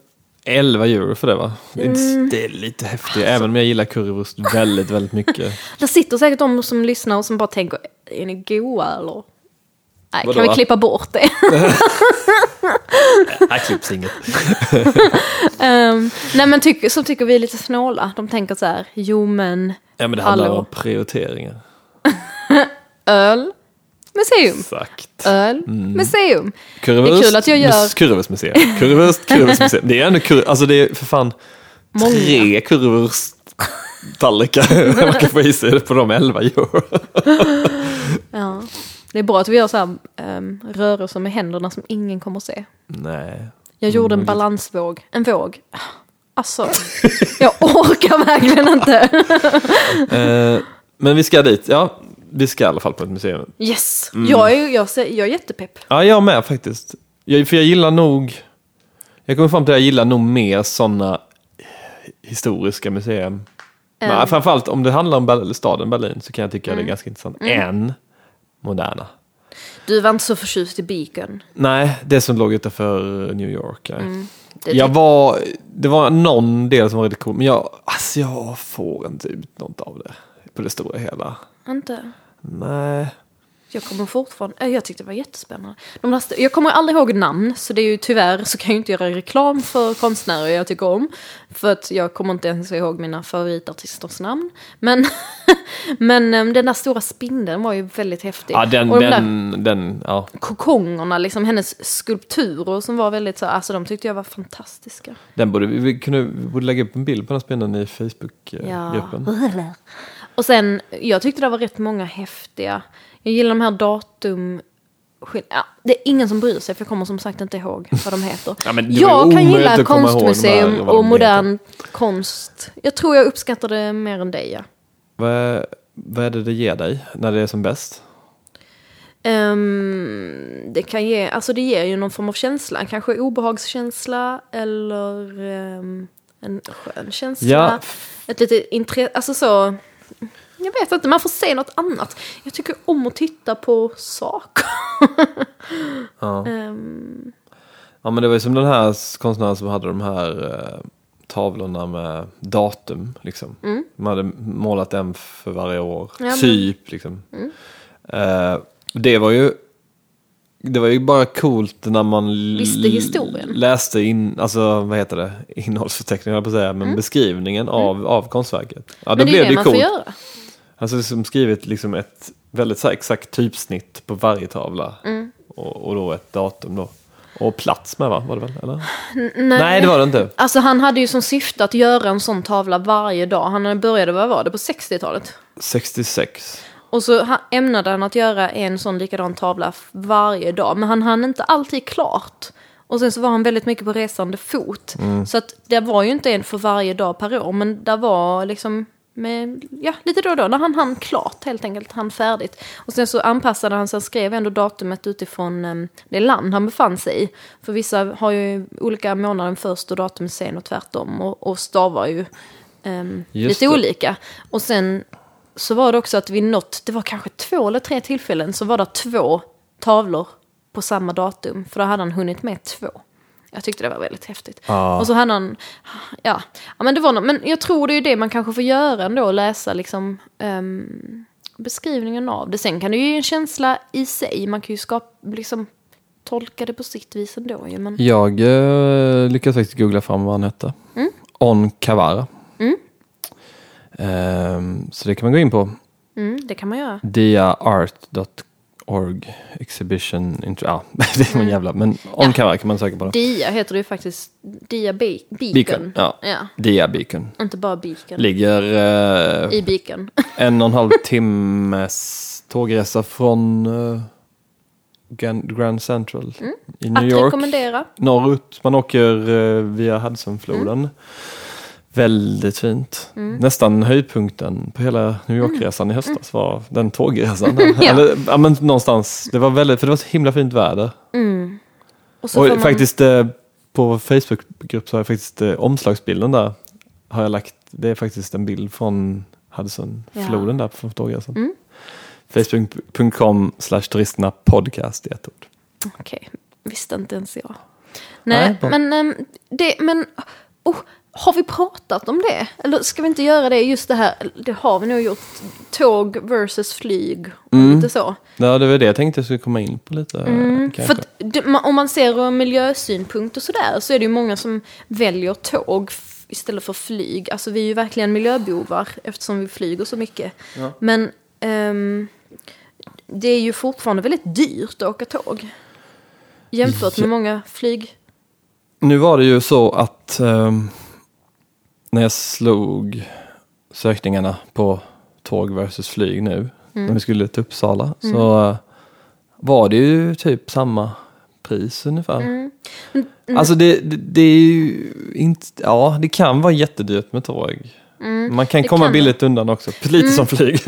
Speaker 1: 11 euro för det va? Det är,
Speaker 2: Mm.
Speaker 1: inte, det är lite häftigt, även om jag gillar currywurst väldigt, väldigt mycket.
Speaker 2: Där sitter säkert de som lyssnar och som bara tänker, är ni goa eller? Nej,
Speaker 1: Vadå?
Speaker 2: kan vi klippa bort det?
Speaker 1: Här klipps inget.
Speaker 2: Ehm, nej men tycker, så tycker vi är lite snåla. De tänker så här, jo men
Speaker 1: Ja, men det handlar
Speaker 2: Hallå.
Speaker 1: om prioriteringar.
Speaker 2: öl, museum,
Speaker 1: Exakt.
Speaker 2: öl,
Speaker 1: Mm.
Speaker 2: museum.
Speaker 1: Kurvust,
Speaker 2: Det är kul att jag gör-
Speaker 1: Kurvustmuseum. Kurvust, kurvustmuseum. Det är ändå kur... Alltså det är för fan
Speaker 2: Många.
Speaker 1: tre kurvusttallrikar. Man kan få i sig på de elva euro.
Speaker 2: Ja. Det är bra att vi gör så här, ehm, rörelser med händerna som ingen kommer att se.
Speaker 1: Nej.
Speaker 2: Jag gjorde
Speaker 1: Mm,
Speaker 2: en balansvåg, en våg. Alltså, jag orkar verkligen inte.
Speaker 1: Eh, men vi ska dit. Ja, vi ska i alla fall på ett museum.
Speaker 2: Yes,
Speaker 1: Mm.
Speaker 2: jag, är, jag, ser- jag är jättepepp.
Speaker 1: Ja, jag med faktiskt. Jag, för jag gillar nog... Jag kommer fram till att jag gillar nog mer sådana historiska museum. Men framförallt om det handlar om Berl- staden Berlin så kan jag tycka
Speaker 2: Mm.
Speaker 1: det är ganska intressant. Än moderna.
Speaker 2: Du var inte så förtjust i Beacon.
Speaker 1: Nej, det som låg utanför New York. nej.
Speaker 2: Mm, det
Speaker 1: jag
Speaker 2: tyck-
Speaker 1: var, det var någon del som var lite cool, men jag, alltså jag får inte ut något av det på det stora hela.
Speaker 2: Inte?
Speaker 1: Nej.
Speaker 2: Jag kommer fortfarande... äh, Jag tyckte det var jättespännande. De där, st- jag kommer aldrig ihåg namn, så det är ju tyvärr så kan jag ju inte göra reklam för konstnärer jag tycker om. För att jag kommer inte ens ihåg mina favoritartisters namn. Men, men äm, den där stora spindeln var ju väldigt häftig.
Speaker 1: Ja, den,
Speaker 2: Och de där
Speaker 1: den, den, ja.
Speaker 2: kokongerna, liksom hennes skulpturer som var väldigt så, alltså de tyckte jag var fantastiska.
Speaker 1: Den borde vi, vi, kunde, vi borde lägga upp en bild på den här spindeln i Facebookgruppen.
Speaker 2: Och sen, jag tyckte det var rätt många häftiga. Jag gillar de här datum... skill- Ja, det är ingen som bryr sig, för jag kommer som sagt inte ihåg vad de heter.
Speaker 1: Ja, men det var ju
Speaker 2: jag kan
Speaker 1: omöjligt
Speaker 2: gilla
Speaker 1: att komma ihåg de här,
Speaker 2: konstmuseum
Speaker 1: vad de
Speaker 2: och
Speaker 1: heter.
Speaker 2: modern konst. Jag tror jag uppskattar det mer än dig, ja.
Speaker 1: Vad, är- vad är det det ger dig när det är som bäst?
Speaker 2: Ehm, det kan ge, alltså det ger ju någon form av känsla, kanske obehagskänsla eller ehm, en skön känsla.
Speaker 1: Ja.
Speaker 2: Ett litet intresse, alltså så. Jag vet inte, man får se något annat. Jag tycker om att titta på saker.
Speaker 1: Ja.
Speaker 2: Ehm,
Speaker 1: ja, men det var ju som den här konstnären som hade de här eh, tavlorna med datum. Liksom. De hade målat en för varje år,
Speaker 2: Mm. men- Mm.
Speaker 1: typ. Liksom. Eh, det var ju det var ju bara coolt när man l-
Speaker 2: Visste historien.
Speaker 1: läste in, alltså, vad heter det? innehållsförteckningen, höll jag på att säga, men beskrivningen av, av konstverket. Ja, då
Speaker 2: Mm. men det är
Speaker 1: blev
Speaker 2: ju det
Speaker 1: ju
Speaker 2: man
Speaker 1: coolt.
Speaker 2: får göra.
Speaker 1: Alltså liksom skrivit liksom ett väldigt så här exakt typsnitt på varje tavla. Och, och då ett datum då. Och plats med va? Var det väl? Eller? nej. det var det inte.
Speaker 2: Alltså han hade ju som syfte att göra en sån tavla varje dag. Han började, vad var det, på 60-talet?
Speaker 1: 66.
Speaker 2: Och så ha- ämnade han att göra en sån likadan tavla f- varje dag, men han hann inte alltid klart. Och sen så var han väldigt mycket på resande fot.
Speaker 1: Mm.
Speaker 2: Så att det var ju inte en för varje dag per år, men där var liksom med, ja, lite då och då, när han hann klart helt enkelt, han färdigt. Och sen så anpassade han sig, han skrev ändå datumet utifrån eh, det land han befann sig i. För vissa har ju olika månaden först och datum sen och tvärtom och, och stavar ju ehm,
Speaker 1: Just
Speaker 2: lite
Speaker 1: det.
Speaker 2: olika. Och sen så var det också att vid något, det var kanske två eller tre tillfällen, så var det två tavlor på samma datum. För då hade han hunnit med två. Jag tyckte det var väldigt häftigt.
Speaker 1: Ja.
Speaker 2: Och så hade han, ja, ja men det var något, men jag tror det är det man kanske får göra ändå, läsa liksom ehm, beskrivningen av det. Sen kan det ju ge en känsla i sig, man kan ju skapa, liksom tolka det på sitt vis ändå ju. Men,
Speaker 1: Jag eh, lyckades faktiskt googla fram vad han hette. On Cavara. Ehm, så det kan man gå in på.
Speaker 2: mm, det kan man göra.
Speaker 1: diaart.org exhibition intro. Ja, det var en jävla... Men On Cavara kan man söka på. Det.
Speaker 2: Dia heter det ju faktiskt, Dia Be- Beacon.
Speaker 1: Beacon, ja.
Speaker 2: ja.
Speaker 1: Dia Beacon.
Speaker 2: Inte bara Beacon,
Speaker 1: Ligger eh,
Speaker 2: i Beacon.
Speaker 1: en och en halv timmes tågresa från eh, Gan- Grand Central i New
Speaker 2: Mm. Att
Speaker 1: York.
Speaker 2: rekommendera.
Speaker 1: norrut. Man åker eh, via Hudsonfloden.
Speaker 2: Mm.
Speaker 1: Väldigt fint. Nästan höjdpunkten på hela New York-resan i höstas var den tågresan.
Speaker 2: Mm. Ja.
Speaker 1: Eller, ja, men någonstans. Det var väldigt, för det var så himla fint väder.
Speaker 2: Mm. så
Speaker 1: Och
Speaker 2: får man-
Speaker 1: faktiskt eh, på vår Facebookgrupp så har jag faktiskt eh, omslagsbilden där. Har jag lagt, det är faktiskt en bild från Hudsonfloden där från tågresan.
Speaker 2: Mm.
Speaker 1: Facebook.com slash turisterna podcast i ett ord.
Speaker 2: Okej, visste inte ens jag.
Speaker 1: Nej,
Speaker 2: Nej,
Speaker 1: bra.
Speaker 2: men, ehm, det, men oh, har vi pratat om det? Eller ska vi inte göra det just det här? Det har vi nog gjort. Tåg versus flyg. och
Speaker 1: Mm.
Speaker 2: Lite så.
Speaker 1: Ja, det var det jag tänkte jag skulle komma in på lite. kanske.
Speaker 2: Mm. För att, det, ma- om man ser ur miljösynpunkt och sådär så är det ju många som väljer tåg f- istället för flyg. Alltså vi är ju verkligen miljöbovar eftersom vi flyger så mycket. Men ehm, det är ju fortfarande väldigt dyrt att åka tåg. Jämfört med många flyg.
Speaker 1: Nu var det ju så att ehm, när jag slog sökningarna på tåg versus flyg nu,
Speaker 2: Mm.
Speaker 1: när vi skulle till Uppsala, så eh, var det ju typ samma pris ungefär.
Speaker 2: Mm.
Speaker 1: Alltså det, det, det är ju inte, ja det kan vara jättedyrt med tåg. Man kan
Speaker 2: Mm. det Mm.
Speaker 1: komma
Speaker 2: kan
Speaker 1: billigt undan också, lite som flyg.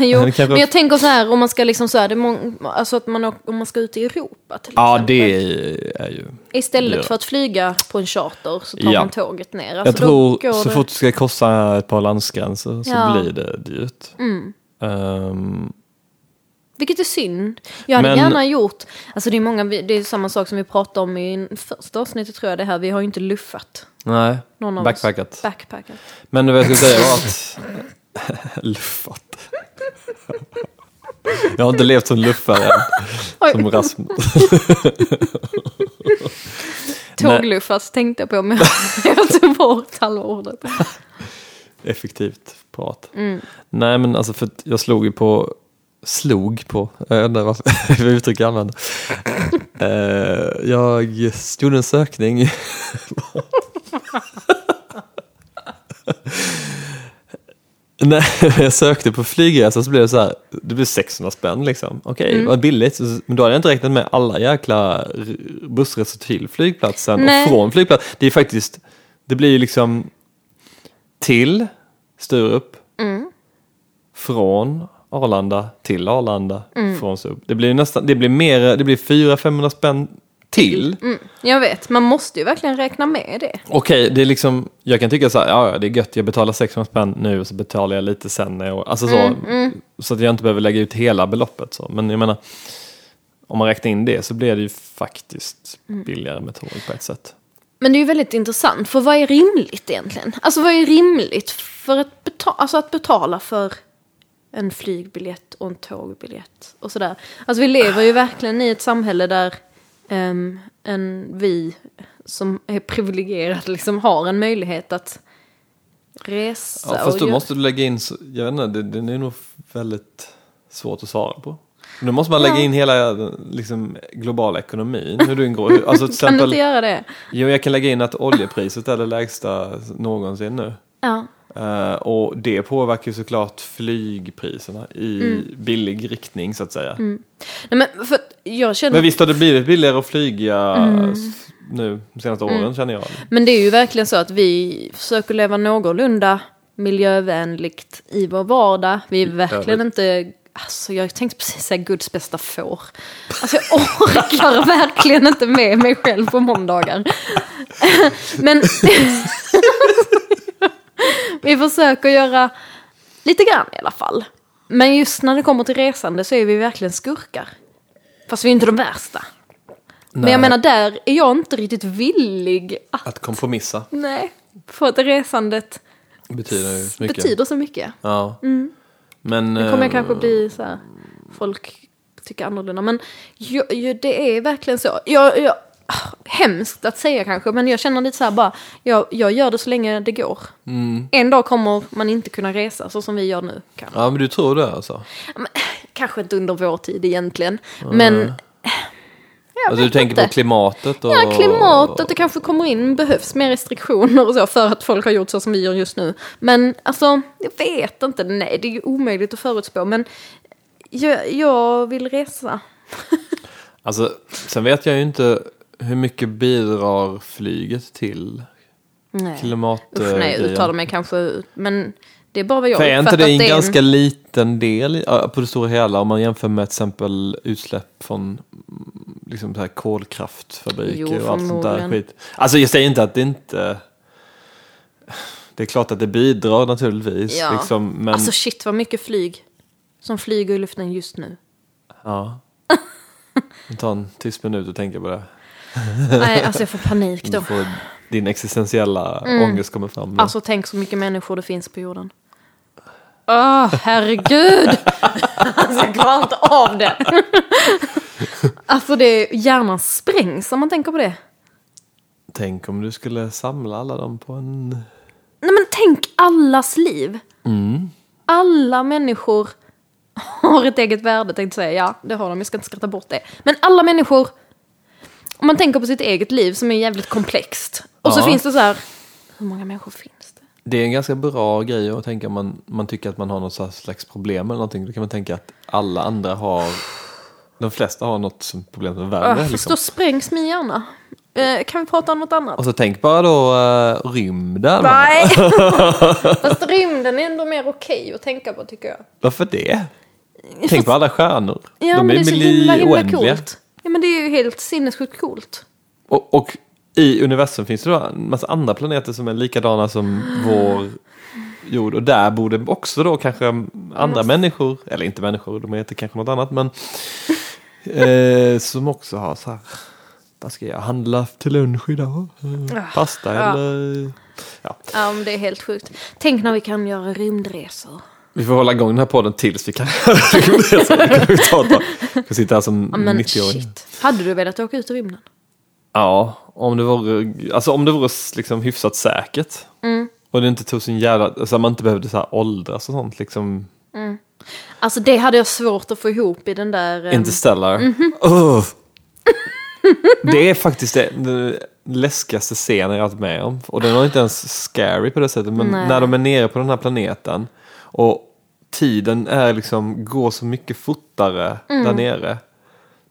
Speaker 2: jo,
Speaker 1: Det kanske-
Speaker 2: men jag tänker så här om man ska liksom så här, det är mång- alltså att man, åk- om man ska ut i Europa till
Speaker 1: ja,
Speaker 2: exempel.
Speaker 1: det är ju...
Speaker 2: Istället
Speaker 1: ja.
Speaker 2: för att flyga på en charter så tar
Speaker 1: Ja.
Speaker 2: man tåget ner.
Speaker 1: Jag
Speaker 2: Alltså, då
Speaker 1: tror
Speaker 2: går
Speaker 1: så
Speaker 2: det-
Speaker 1: fort du ska korsa ett par landsgränser så
Speaker 2: Ja. Mm.
Speaker 1: blir det dyrt. Ehm,
Speaker 2: Vilket är synd. Jag hade
Speaker 1: Men-
Speaker 2: gärna gjort, alltså det är många, det är samma sak som vi pratade om i första avsnittet tror jag det här, vi har ju inte luffat
Speaker 1: Nej,
Speaker 2: någon av oss.
Speaker 1: backpackat.
Speaker 2: Backpackat.
Speaker 1: Men vad jag skulle säga var att... luffat. jag har inte levt som luffare än, som
Speaker 2: Oj,
Speaker 1: Rasmus.
Speaker 2: tågluffas tänkte jag på men jag tog bort halva ordet.
Speaker 1: Effektivt prat. Nej men alltså för att jag slog ju på... Slog på? Jag undrar varför vilket uttryck jag använder. Eh, jag gjorde en sökning. Nej, jag sökte på flygresa så blev det så här, det blev 600 spänn liksom. Okej, det var billigt. Men då hade jag inte räknat med alla jäkla r- bussresor till flygplatsen
Speaker 2: Nej.
Speaker 1: och från flygplatsen. Det är faktiskt, det blir ju liksom till Sturup, från Arlanda till Arlanda, från Sturup. Det blir nästan, det blir mer, det blir 400-500 spänn till.
Speaker 2: Mm, jag vet, man måste ju verkligen räkna med det.
Speaker 1: Okej, det är liksom, jag kan tycka så här, ja ja, det är gött, jag betalar 600 spänn nu och så betalar jag lite sen. när jag- Alltså så, så att jag inte behöver lägga ut hela beloppet. Så. Men jag menar, om man räknar in det så blir det ju faktiskt billigare med tåg på ett sätt.
Speaker 2: Men det är ju väldigt intressant, för vad är rimligt egentligen? Alltså vad är rimligt för att betala, alltså, att betala för en flygbiljett och en tågbiljett och sådär. Alltså vi lever ju verkligen i ett samhälle där ehm, en, vi som är privilegierade liksom har en möjlighet att resa.
Speaker 1: Ja, fast
Speaker 2: och
Speaker 1: då
Speaker 2: göra-
Speaker 1: måste du lägga in, så- jag vet inte, det, den är nog väldigt svårt att svara på. Nu måste man lägga
Speaker 2: Ja.
Speaker 1: in hela liksom, globala ekonomin, hur du ingår. hur- Alltså till
Speaker 2: kan du inte
Speaker 1: exempel,
Speaker 2: göra det?
Speaker 1: jo, jag kan lägga in att oljepriset är det lägsta någonsin nu.
Speaker 2: Ja.
Speaker 1: Eh, och det påverkar ju såklart flygpriserna i
Speaker 2: Mm.
Speaker 1: billig riktning så att säga.
Speaker 2: Nej, men för att jag känner... Mm.
Speaker 1: Men visst har det blivit billigare att flyga s- nu de senaste åren känner jag.
Speaker 2: Men det är ju verkligen så att vi försöker leva någorlunda miljövänligt i vår vardag. Vi är verkligen inte... Alltså jag tänkte precis säga Guds bästa får. Alltså jag orkar verkligen inte med mig själv på måndagar. Men vi försöker göra lite grann i alla fall. Men just när det kommer till resande så är vi verkligen skurkar. Fast vi är inte de värsta. Men jag
Speaker 1: Nej,
Speaker 2: menar, där är jag inte riktigt villig att...
Speaker 1: Att kompromissa
Speaker 2: Nej, för att resandet
Speaker 1: betyder ju mycket.
Speaker 2: betyder så mycket.
Speaker 1: Ja. Men,
Speaker 2: Nu kommer
Speaker 1: eh,
Speaker 2: jag kanske bli så här, folk tycker annorlunda. Men ju, ju, det är verkligen så. Jag, jag, ah, hemskt att säga kanske, men jag känner lite så här bara, jag, jag gör det så länge det går.
Speaker 1: Mm.
Speaker 2: En dag kommer man inte kunna resa så som vi gör nu. Kanske,
Speaker 1: Ja, men du tror det alltså?
Speaker 2: kanske inte under vår tid egentligen, men... Jag
Speaker 1: alltså du
Speaker 2: vet
Speaker 1: tänker
Speaker 2: inte.
Speaker 1: på klimatet och...
Speaker 2: Ja, klimatet, det kanske kommer in, behövs mer restriktioner och så för att folk har gjort så som vi gör just nu. Men alltså, jag vet inte, nej det är ju omöjligt att förutspå, men jag, jag vill resa.
Speaker 1: Alltså, sen vet jag ju inte hur mycket bidrar flyget till
Speaker 2: Nej, Usch, nej jag uttalar
Speaker 1: klimatgrejen?
Speaker 2: mig kanske, ut, men det är bara vad jag
Speaker 1: eh, För är inte
Speaker 2: uppfattar
Speaker 1: det en
Speaker 2: att är
Speaker 1: ganska liten del i- ja, på det stora hela om man jämför med till exempel utsläpp från mm, liksom så här kolkraftfabriker
Speaker 2: Jo,
Speaker 1: och allt sånt där
Speaker 2: förmodligen.
Speaker 1: skit? Alltså jag säger inte att det inte... Det är klart att det bidrar naturligtvis.
Speaker 2: Ja.
Speaker 1: Liksom, men...
Speaker 2: Alltså shit vad mycket flyg som flyger i luften just nu.
Speaker 1: Ja. Ta en tyst minut och tänka på det.
Speaker 2: Nej, alltså jag får panik
Speaker 1: Du
Speaker 2: då.
Speaker 1: får din existentiella
Speaker 2: Mm.
Speaker 1: ångest kommer fram. då.
Speaker 2: Alltså tänk så mycket människor det finns på jorden. Åh, Ah, herregud! alltså, jag klarar inte av det. alltså, det är, hjärnan sprängs om man tänker på det.
Speaker 1: Tänk om du skulle samla alla dem på en...
Speaker 2: Nej, men tänk allas liv. Mm. Alla människor har ett eget värde, tänkte jag säga. Ja, det har de, jag ska inte skratta bort det. Men alla människor, om man tänker på sitt eget liv som är jävligt komplext. Och så
Speaker 1: Ja.
Speaker 2: finns det så här, hur många människor finns det?
Speaker 1: Det är en ganska bra grej att tänka om man, man tycker att man har något så här slags problem eller någonting. Då kan man tänka att alla andra har... De flesta har något som problem som är
Speaker 2: Ah,
Speaker 1: värre.
Speaker 2: Fast då
Speaker 1: liksom.
Speaker 2: sprängs min hjärna. Eh, kan vi prata om något annat?
Speaker 1: Och så tänk bara då uh, rymden.
Speaker 2: Nej! Fast rymden är ändå mer okej att tänka på tycker jag.
Speaker 1: Varför det? Tänk på alla stjärnor.
Speaker 2: Ja,
Speaker 1: De
Speaker 2: men
Speaker 1: är,
Speaker 2: det är så
Speaker 1: mil-
Speaker 2: himla, himla
Speaker 1: oändliga.
Speaker 2: coolt. Ja, men det är ju helt sinnessjukt coolt.
Speaker 1: Och, och i universum finns det då en massa andra planeter som är likadana som vår jord. Och där borde också då kanske andra människor, eller inte människor, de heter kanske något annat, men eh, som också har så här, vad ska jag handla till lunch idag? Eh, Pasta
Speaker 2: Ah. ja.
Speaker 1: eller... Ja.
Speaker 2: Ja, men det är helt sjukt. Tänk när vi kan göra rymdresor.
Speaker 1: Vi får hålla igång den här podden tills vi kan rymdresa. Det kan vi ta ett tag. Vi får sitta här som
Speaker 2: Ja, men
Speaker 1: 90-åringar.
Speaker 2: shit. Hade du velat åka ut i rymden?
Speaker 1: Ja, om det vore, alltså om det vore liksom hyfsat säkert. Och det inte tog sin jävla, alltså man inte behövde så här åldras och sånt liksom.
Speaker 2: Alltså det hade jag svårt att få ihop i den där... ehm,
Speaker 1: Interstellar.
Speaker 2: Mm-hmm.
Speaker 1: Ugh. det är faktiskt det, den läskigaste scenen jag har varit med om. Och den var inte ens scary på det sättet. Men
Speaker 2: Nej.
Speaker 1: när de är nere på den här planeten och tiden är liksom, går så mycket fortare
Speaker 2: Mm.
Speaker 1: där nere.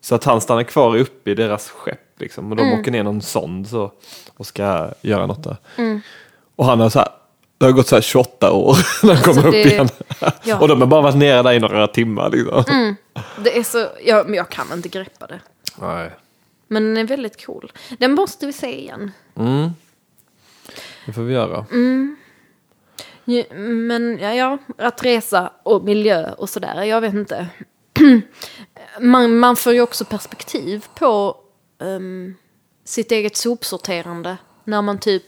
Speaker 1: Så att han stannar kvar uppe i deras skepp. Liksom, och de
Speaker 2: Mm.
Speaker 1: åker ner någon sond så, och ska göra något där.
Speaker 2: Mm.
Speaker 1: Och han har så här, det har gått så här 28 år när han kommer upp
Speaker 2: Alltså det-
Speaker 1: igen.
Speaker 2: ja. Mm.
Speaker 1: Och de har bara varit nere där i några timmar. Liksom.
Speaker 2: ehm, Det är så... Ja, men jag kan inte greppa det.
Speaker 1: Nej.
Speaker 2: Men den är väldigt cool. Den måste vi se igen.
Speaker 1: Det får vi göra.
Speaker 2: Ja, Men ja, ja, att resa och miljö och sådär, jag vet inte. Man, man får ju också perspektiv på ehm, sitt eget sopsorterande när man typ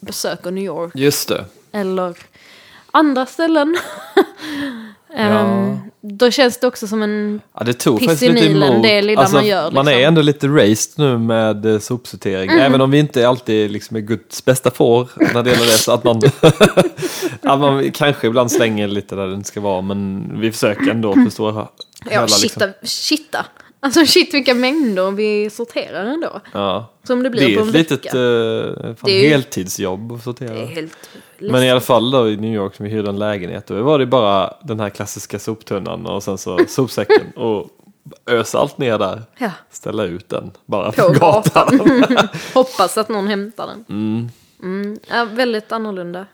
Speaker 2: besöker New York
Speaker 1: Just det.
Speaker 2: eller andra ställen. Ehm,
Speaker 1: Ja.
Speaker 2: Då känns det också som en...
Speaker 1: Ja, det tog
Speaker 2: Piss
Speaker 1: faktiskt
Speaker 2: i
Speaker 1: lite
Speaker 2: Nilen,
Speaker 1: emot. Alltså,
Speaker 2: det är lilla man gör,
Speaker 1: man är
Speaker 2: liksom. Mm.
Speaker 1: ändå lite raced nu med eh, sopsortering. Även om vi inte alltid liksom är Guds bästa får när det gäller det. Så att man, att man kanske ibland slänger lite där det inte ska vara. Men vi försöker ändå förstå hela
Speaker 2: Mm. Ja,
Speaker 1: liksom.
Speaker 2: shitta, shitta. Alltså shit vilka mängder vi sorterar ändå.
Speaker 1: Ja.
Speaker 2: Som det blir
Speaker 1: Det
Speaker 2: på
Speaker 1: är
Speaker 2: en
Speaker 1: ett
Speaker 2: vecka.
Speaker 1: litet eh, fan,
Speaker 2: Det är ju-
Speaker 1: heltidsjobb att
Speaker 2: Det är
Speaker 1: sortera.
Speaker 2: helt
Speaker 1: Men i alla fall då i New York som vi hyrde en lägenhet. Då var det bara den här klassiska soptunnan och sen så sopsäcken. och ös allt ner där.
Speaker 2: Ja.
Speaker 1: Ställa ut den bara
Speaker 2: På
Speaker 1: på, gatan.
Speaker 2: Hoppas att någon hämtar den.
Speaker 1: Mm.
Speaker 2: Mm. Ja, väldigt annorlunda.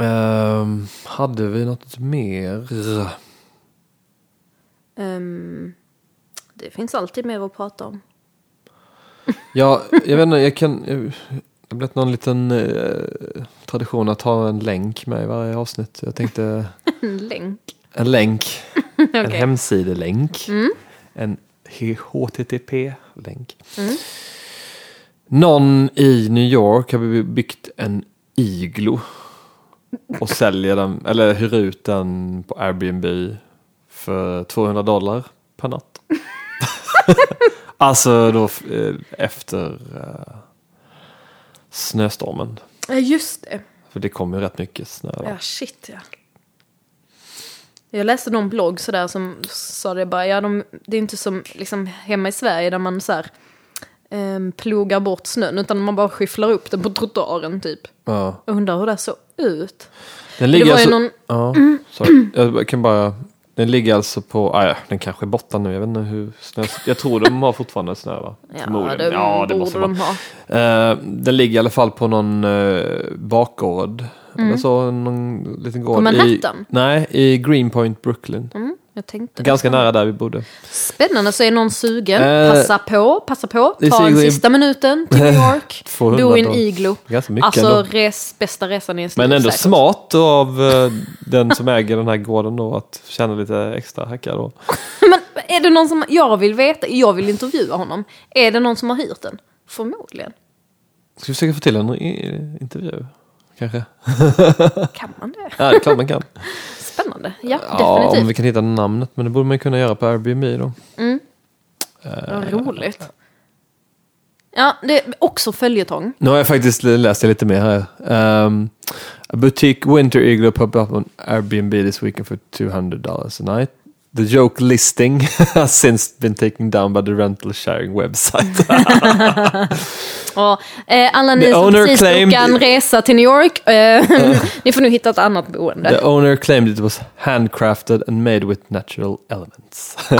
Speaker 1: Ehm, hade vi något mer?
Speaker 2: Ehm, det finns alltid mer att prata om.
Speaker 1: Ja, jag vet inte, jag kan... Jag, det har blivit någon liten eh, tradition att ha en länk med i varje avsnitt. Jag tänkte
Speaker 2: En länk.
Speaker 1: en länk, en
Speaker 2: Okej.
Speaker 1: hemsidelänk, en HTTP-länk.
Speaker 2: Mm.
Speaker 1: Någon i New York har byggt en iglo och säljer den, eller hyr ut den på Airbnb för 200 dollar per natt. alltså då eh, efter eh, snöstormen.
Speaker 2: Ja, just det.
Speaker 1: För det kom ju rätt mycket snö. då.
Speaker 2: Ja, shit ja. Jag läste någon blogg sådär som sa det bara, ja de, det är inte som liksom hemma i Sverige där man såhär um, plogar bort snön utan man bara skyfflar upp den på trottoaren typ.
Speaker 1: Ja.
Speaker 2: Jag undrar hur det såg ut.
Speaker 1: Den
Speaker 2: Det
Speaker 1: ligger
Speaker 2: var ju
Speaker 1: alltså...
Speaker 2: någon,
Speaker 1: Ja,
Speaker 2: Mm.
Speaker 1: sorry. Jag kan bara... Den ligger alltså på... Ah, ja, den kanske är borta nu. Jag vet inte hur snö... Jag tror de har fortfarande snö va?
Speaker 2: ja
Speaker 1: Förmodligen.
Speaker 2: det, borde de ha.
Speaker 1: Eh, den ligger i alla fall på någon eh, bakgård. Eller så, någon liten gård. I,
Speaker 2: Mm. Manhattan?
Speaker 1: nej, i Greenpoint, Brooklyn.
Speaker 2: Mm, jag tänkte.
Speaker 1: Ganska nära där vi bodde.
Speaker 2: Spännande, så är någon sugen,
Speaker 1: Eh,
Speaker 2: passa på, passa på,
Speaker 1: det
Speaker 2: ta
Speaker 1: ser
Speaker 2: den
Speaker 1: ju-
Speaker 2: sista minuten till New York,
Speaker 1: 200
Speaker 2: bo i en
Speaker 1: dollar.
Speaker 2: iglo.
Speaker 1: Ganska mycket
Speaker 2: Alltså
Speaker 1: ändå.
Speaker 2: res, bästa resan i ens
Speaker 1: Men
Speaker 2: liv,
Speaker 1: ändå
Speaker 2: säkert.
Speaker 1: smart av eh, den som äger den här gården då att tjäna lite extra hackar då.
Speaker 2: Men är det någon som, jag vill veta, jag vill intervjua honom. Är det någon som har hyrt den? Förmodligen.
Speaker 1: Ska vi försöka få till en i- intervju? Kanske?
Speaker 2: Kan man det?
Speaker 1: Ja, det är klart man kan.
Speaker 2: Spännande. Ja,
Speaker 1: Ja, om vi
Speaker 2: definitivt.
Speaker 1: kan hitta namnet. Men det borde man ju kunna göra på Airbnb då.
Speaker 2: Vad roligt. Ja, det är också följetong.
Speaker 1: Nu har jag faktiskt läst lite mer här. Um, a boutique winter igloo popped up on Airbnb this weekend for 200 dollars a night. The joke listing has since been taken down by the rental sharing website.
Speaker 2: Och, eh, alla ni
Speaker 1: The
Speaker 2: som
Speaker 1: owner
Speaker 2: precis
Speaker 1: claimed-
Speaker 2: bokade en resa till New York, eh, ni får nu hitta ett annat boende.
Speaker 1: the owner claimed it was handcrafted and made with natural elements.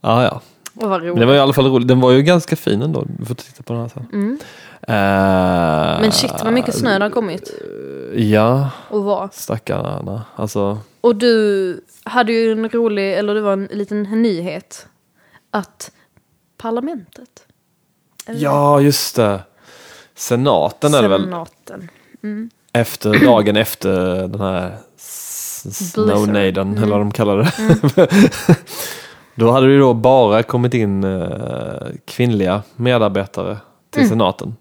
Speaker 1: ah, ja.
Speaker 2: Och vad
Speaker 1: Men det
Speaker 2: roligt.
Speaker 1: var i alla fall roligt. Den var ju ganska fin ändå. Vi får titta på den här sen. Eh,
Speaker 2: Men shit vad mycket snö det har kommit
Speaker 1: Ja,
Speaker 2: och var.
Speaker 1: stackarna. Alltså,
Speaker 2: Och du hade ju en rolig, eller det var en liten nyhet, att parlamentet,
Speaker 1: ja, just det. Senaten är det väl
Speaker 2: senaten,
Speaker 1: efter, dagen efter den här s-
Speaker 2: Blizzard. Mm.
Speaker 1: snownaden, eller vad de kallar det. då hade det ju då bara kommit in eh, kvinnliga medarbetare till
Speaker 2: Mm.
Speaker 1: senaten.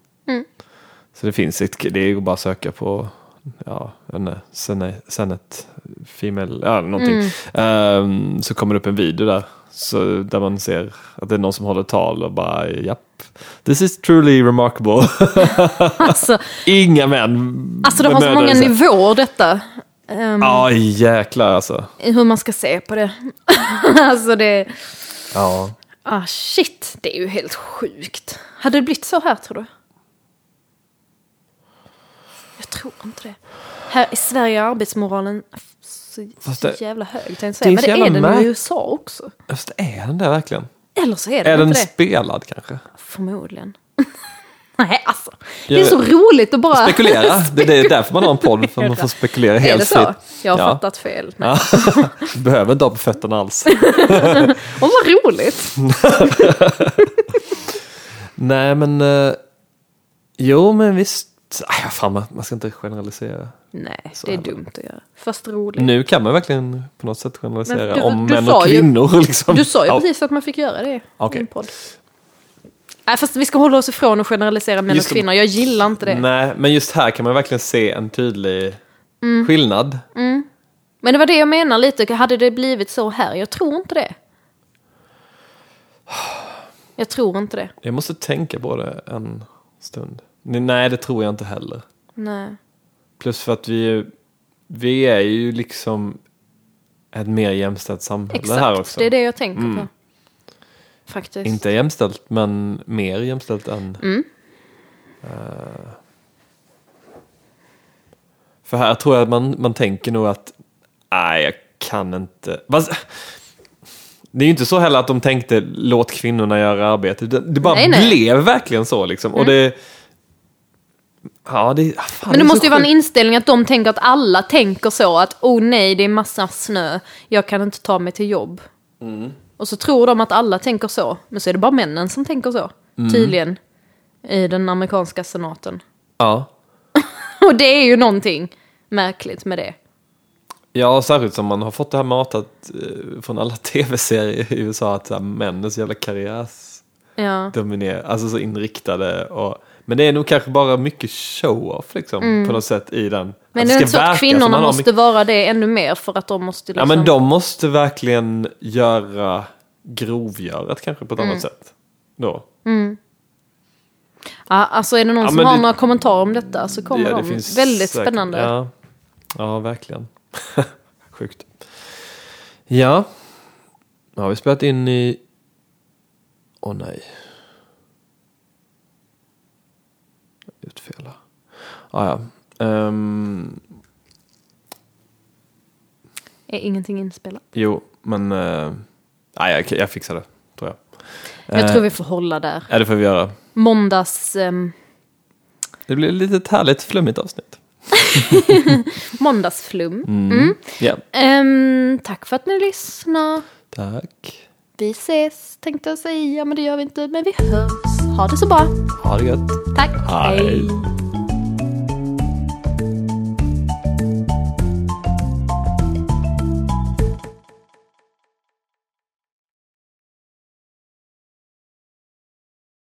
Speaker 1: Så det finns ett, det är ju bara att söka på ja, en eh, sene- Senate Female, ja, någonting.
Speaker 2: Mm.
Speaker 1: Ehm, så kommer det upp en video där. Så där man ser att det är någon som håller tal och bara japp. This is truly remarkable.
Speaker 2: Alltså,
Speaker 1: Inga män
Speaker 2: alltså det har så
Speaker 1: bemödade
Speaker 2: många
Speaker 1: sig.
Speaker 2: nivåer detta. Ehm,
Speaker 1: Ja, jäklar alltså.
Speaker 2: Hur man ska se på det. alltså det...
Speaker 1: Ja.
Speaker 2: Ah, shit, det är ju helt sjukt. Hade det blivit så här tror du? Jag tror inte det. Här i Sverige är arbetsmoralen så,
Speaker 1: Fast
Speaker 2: så
Speaker 1: det-
Speaker 2: jävla hög. tänkte jag
Speaker 1: det är
Speaker 2: säga. Men det
Speaker 1: så jävla
Speaker 2: är den
Speaker 1: märk-
Speaker 2: i USA också.
Speaker 1: Fast är den det verkligen?
Speaker 2: Eller så är den
Speaker 1: Är den
Speaker 2: inte det.
Speaker 1: spelad kanske?
Speaker 2: Förmodligen. Nej, alltså. Det är
Speaker 1: Jag-
Speaker 2: så roligt att bara...
Speaker 1: Spekulera. det det är därför man har en podd, för man får spekulera
Speaker 2: är
Speaker 1: helt
Speaker 2: det så?
Speaker 1: fritt.
Speaker 2: Jag har
Speaker 1: Ja.
Speaker 2: fattat fel.
Speaker 1: Ja. Du behöver inte ha på fötterna alls.
Speaker 2: Åh, vad roligt!
Speaker 1: Nej, men... eh, jo, men visst. Aj, ja, fan, man, man ska inte generalisera.
Speaker 2: Nej,
Speaker 1: Så
Speaker 2: det är
Speaker 1: är det.
Speaker 2: dumt att göra. Fast roligt.
Speaker 1: Nu kan man verkligen på något sätt generalisera
Speaker 2: Men du-
Speaker 1: om
Speaker 2: du
Speaker 1: män och
Speaker 2: sa ju-
Speaker 1: kvinnor. liksom.
Speaker 2: Du sa ju
Speaker 1: Ja,
Speaker 2: precis att man fick göra det i
Speaker 1: Okej.
Speaker 2: en podd. Nej, fast vi ska hålla oss ifrån att generalisera män och
Speaker 1: Just det.
Speaker 2: kvinnor. Jag gillar inte det.
Speaker 1: Nej, men just här kan man verkligen se en tydlig
Speaker 2: Mm.
Speaker 1: skillnad.
Speaker 2: Men det var det jag menar lite. Hade det blivit så här? Jag tror inte det. Jag tror inte det.
Speaker 1: Jag måste tänka på det en stund. Nej, det tror jag inte heller.
Speaker 2: Nej.
Speaker 1: Plus för att vi, är- vi är ju liksom ett mer jämställt samhälle här
Speaker 2: Exakt.
Speaker 1: också. Mm.
Speaker 2: Det är det jag tänker på. Faktiskt.
Speaker 1: Inte jämställt, men mer jämställt än...
Speaker 2: Mm.
Speaker 1: Eh, för här tror jag att man, man tänker nog att nej, jag kan inte... Fast, det är ju inte så heller att de tänkte låt kvinnorna göra arbetet. Det, det bara
Speaker 2: Nej, nej. Mm.
Speaker 1: blev verkligen så liksom. Och det... Ja, det... ah, Fan,
Speaker 2: Men
Speaker 1: det är
Speaker 2: det
Speaker 1: så
Speaker 2: måste ju vara en
Speaker 1: sjukt.
Speaker 2: inställning att de tänker att alla tänker så att oh nej det är massa snö, jag kan inte ta mig till jobb.
Speaker 1: Mm.
Speaker 2: Och så tror de att alla tänker så, men så är det bara männen som tänker så.
Speaker 1: Mm.
Speaker 2: Tydligen. I den amerikanska senaten.
Speaker 1: Ja.
Speaker 2: Och det är ju någonting märkligt med det.
Speaker 1: Ja, särskilt som man har fått det här matat eh, från alla tv-serier i USA att så här, män är så jävla karriärsdominerade,
Speaker 2: Ja.
Speaker 1: alltså så inriktade. Och, men det är nog kanske bara mycket show-off liksom, på något sätt i den.
Speaker 2: Mm. Men
Speaker 1: Att
Speaker 2: det är
Speaker 1: ska
Speaker 2: inte så
Speaker 1: verka som
Speaker 2: att kvinnorna
Speaker 1: man har
Speaker 2: måste
Speaker 1: mycket-
Speaker 2: vara det ännu mer för att de måste
Speaker 1: Ja,
Speaker 2: liksom...
Speaker 1: men de måste verkligen göra grovgörat kanske på ett
Speaker 2: Mm.
Speaker 1: annat sätt. Då.
Speaker 2: Ja, alltså är det någon
Speaker 1: Ja,
Speaker 2: som
Speaker 1: men
Speaker 2: har
Speaker 1: det-
Speaker 2: några kommentarer om detta så kommer
Speaker 1: Ja,
Speaker 2: de. Väldigt
Speaker 1: säkert-
Speaker 2: spännande.
Speaker 1: Ja, ja verkligen. Sjukt. Ja. Nu har vi spelat in i... Åh nej. Jag gjort fel här. Ah, ja. Ehm,
Speaker 2: Är ingenting inspelat.
Speaker 1: jo, men... eh, nej, jag, jag fixar det, tror jag.
Speaker 2: Jag
Speaker 1: Eh,
Speaker 2: tror vi får hålla där.
Speaker 1: Ja, det får vi göra.
Speaker 2: Måndags... ehm,
Speaker 1: Det blir ett litet härligt flummigt avsnitt.
Speaker 2: måndagsflum.
Speaker 1: Ja,
Speaker 2: Ehm, tack för att ni lyssnade.
Speaker 1: tack.
Speaker 2: Vi ses, tänkte jag säga, men det gör vi inte. Men vi hörs. Ha det så bra.
Speaker 1: Ha det gött.
Speaker 2: Tack.
Speaker 1: Hej.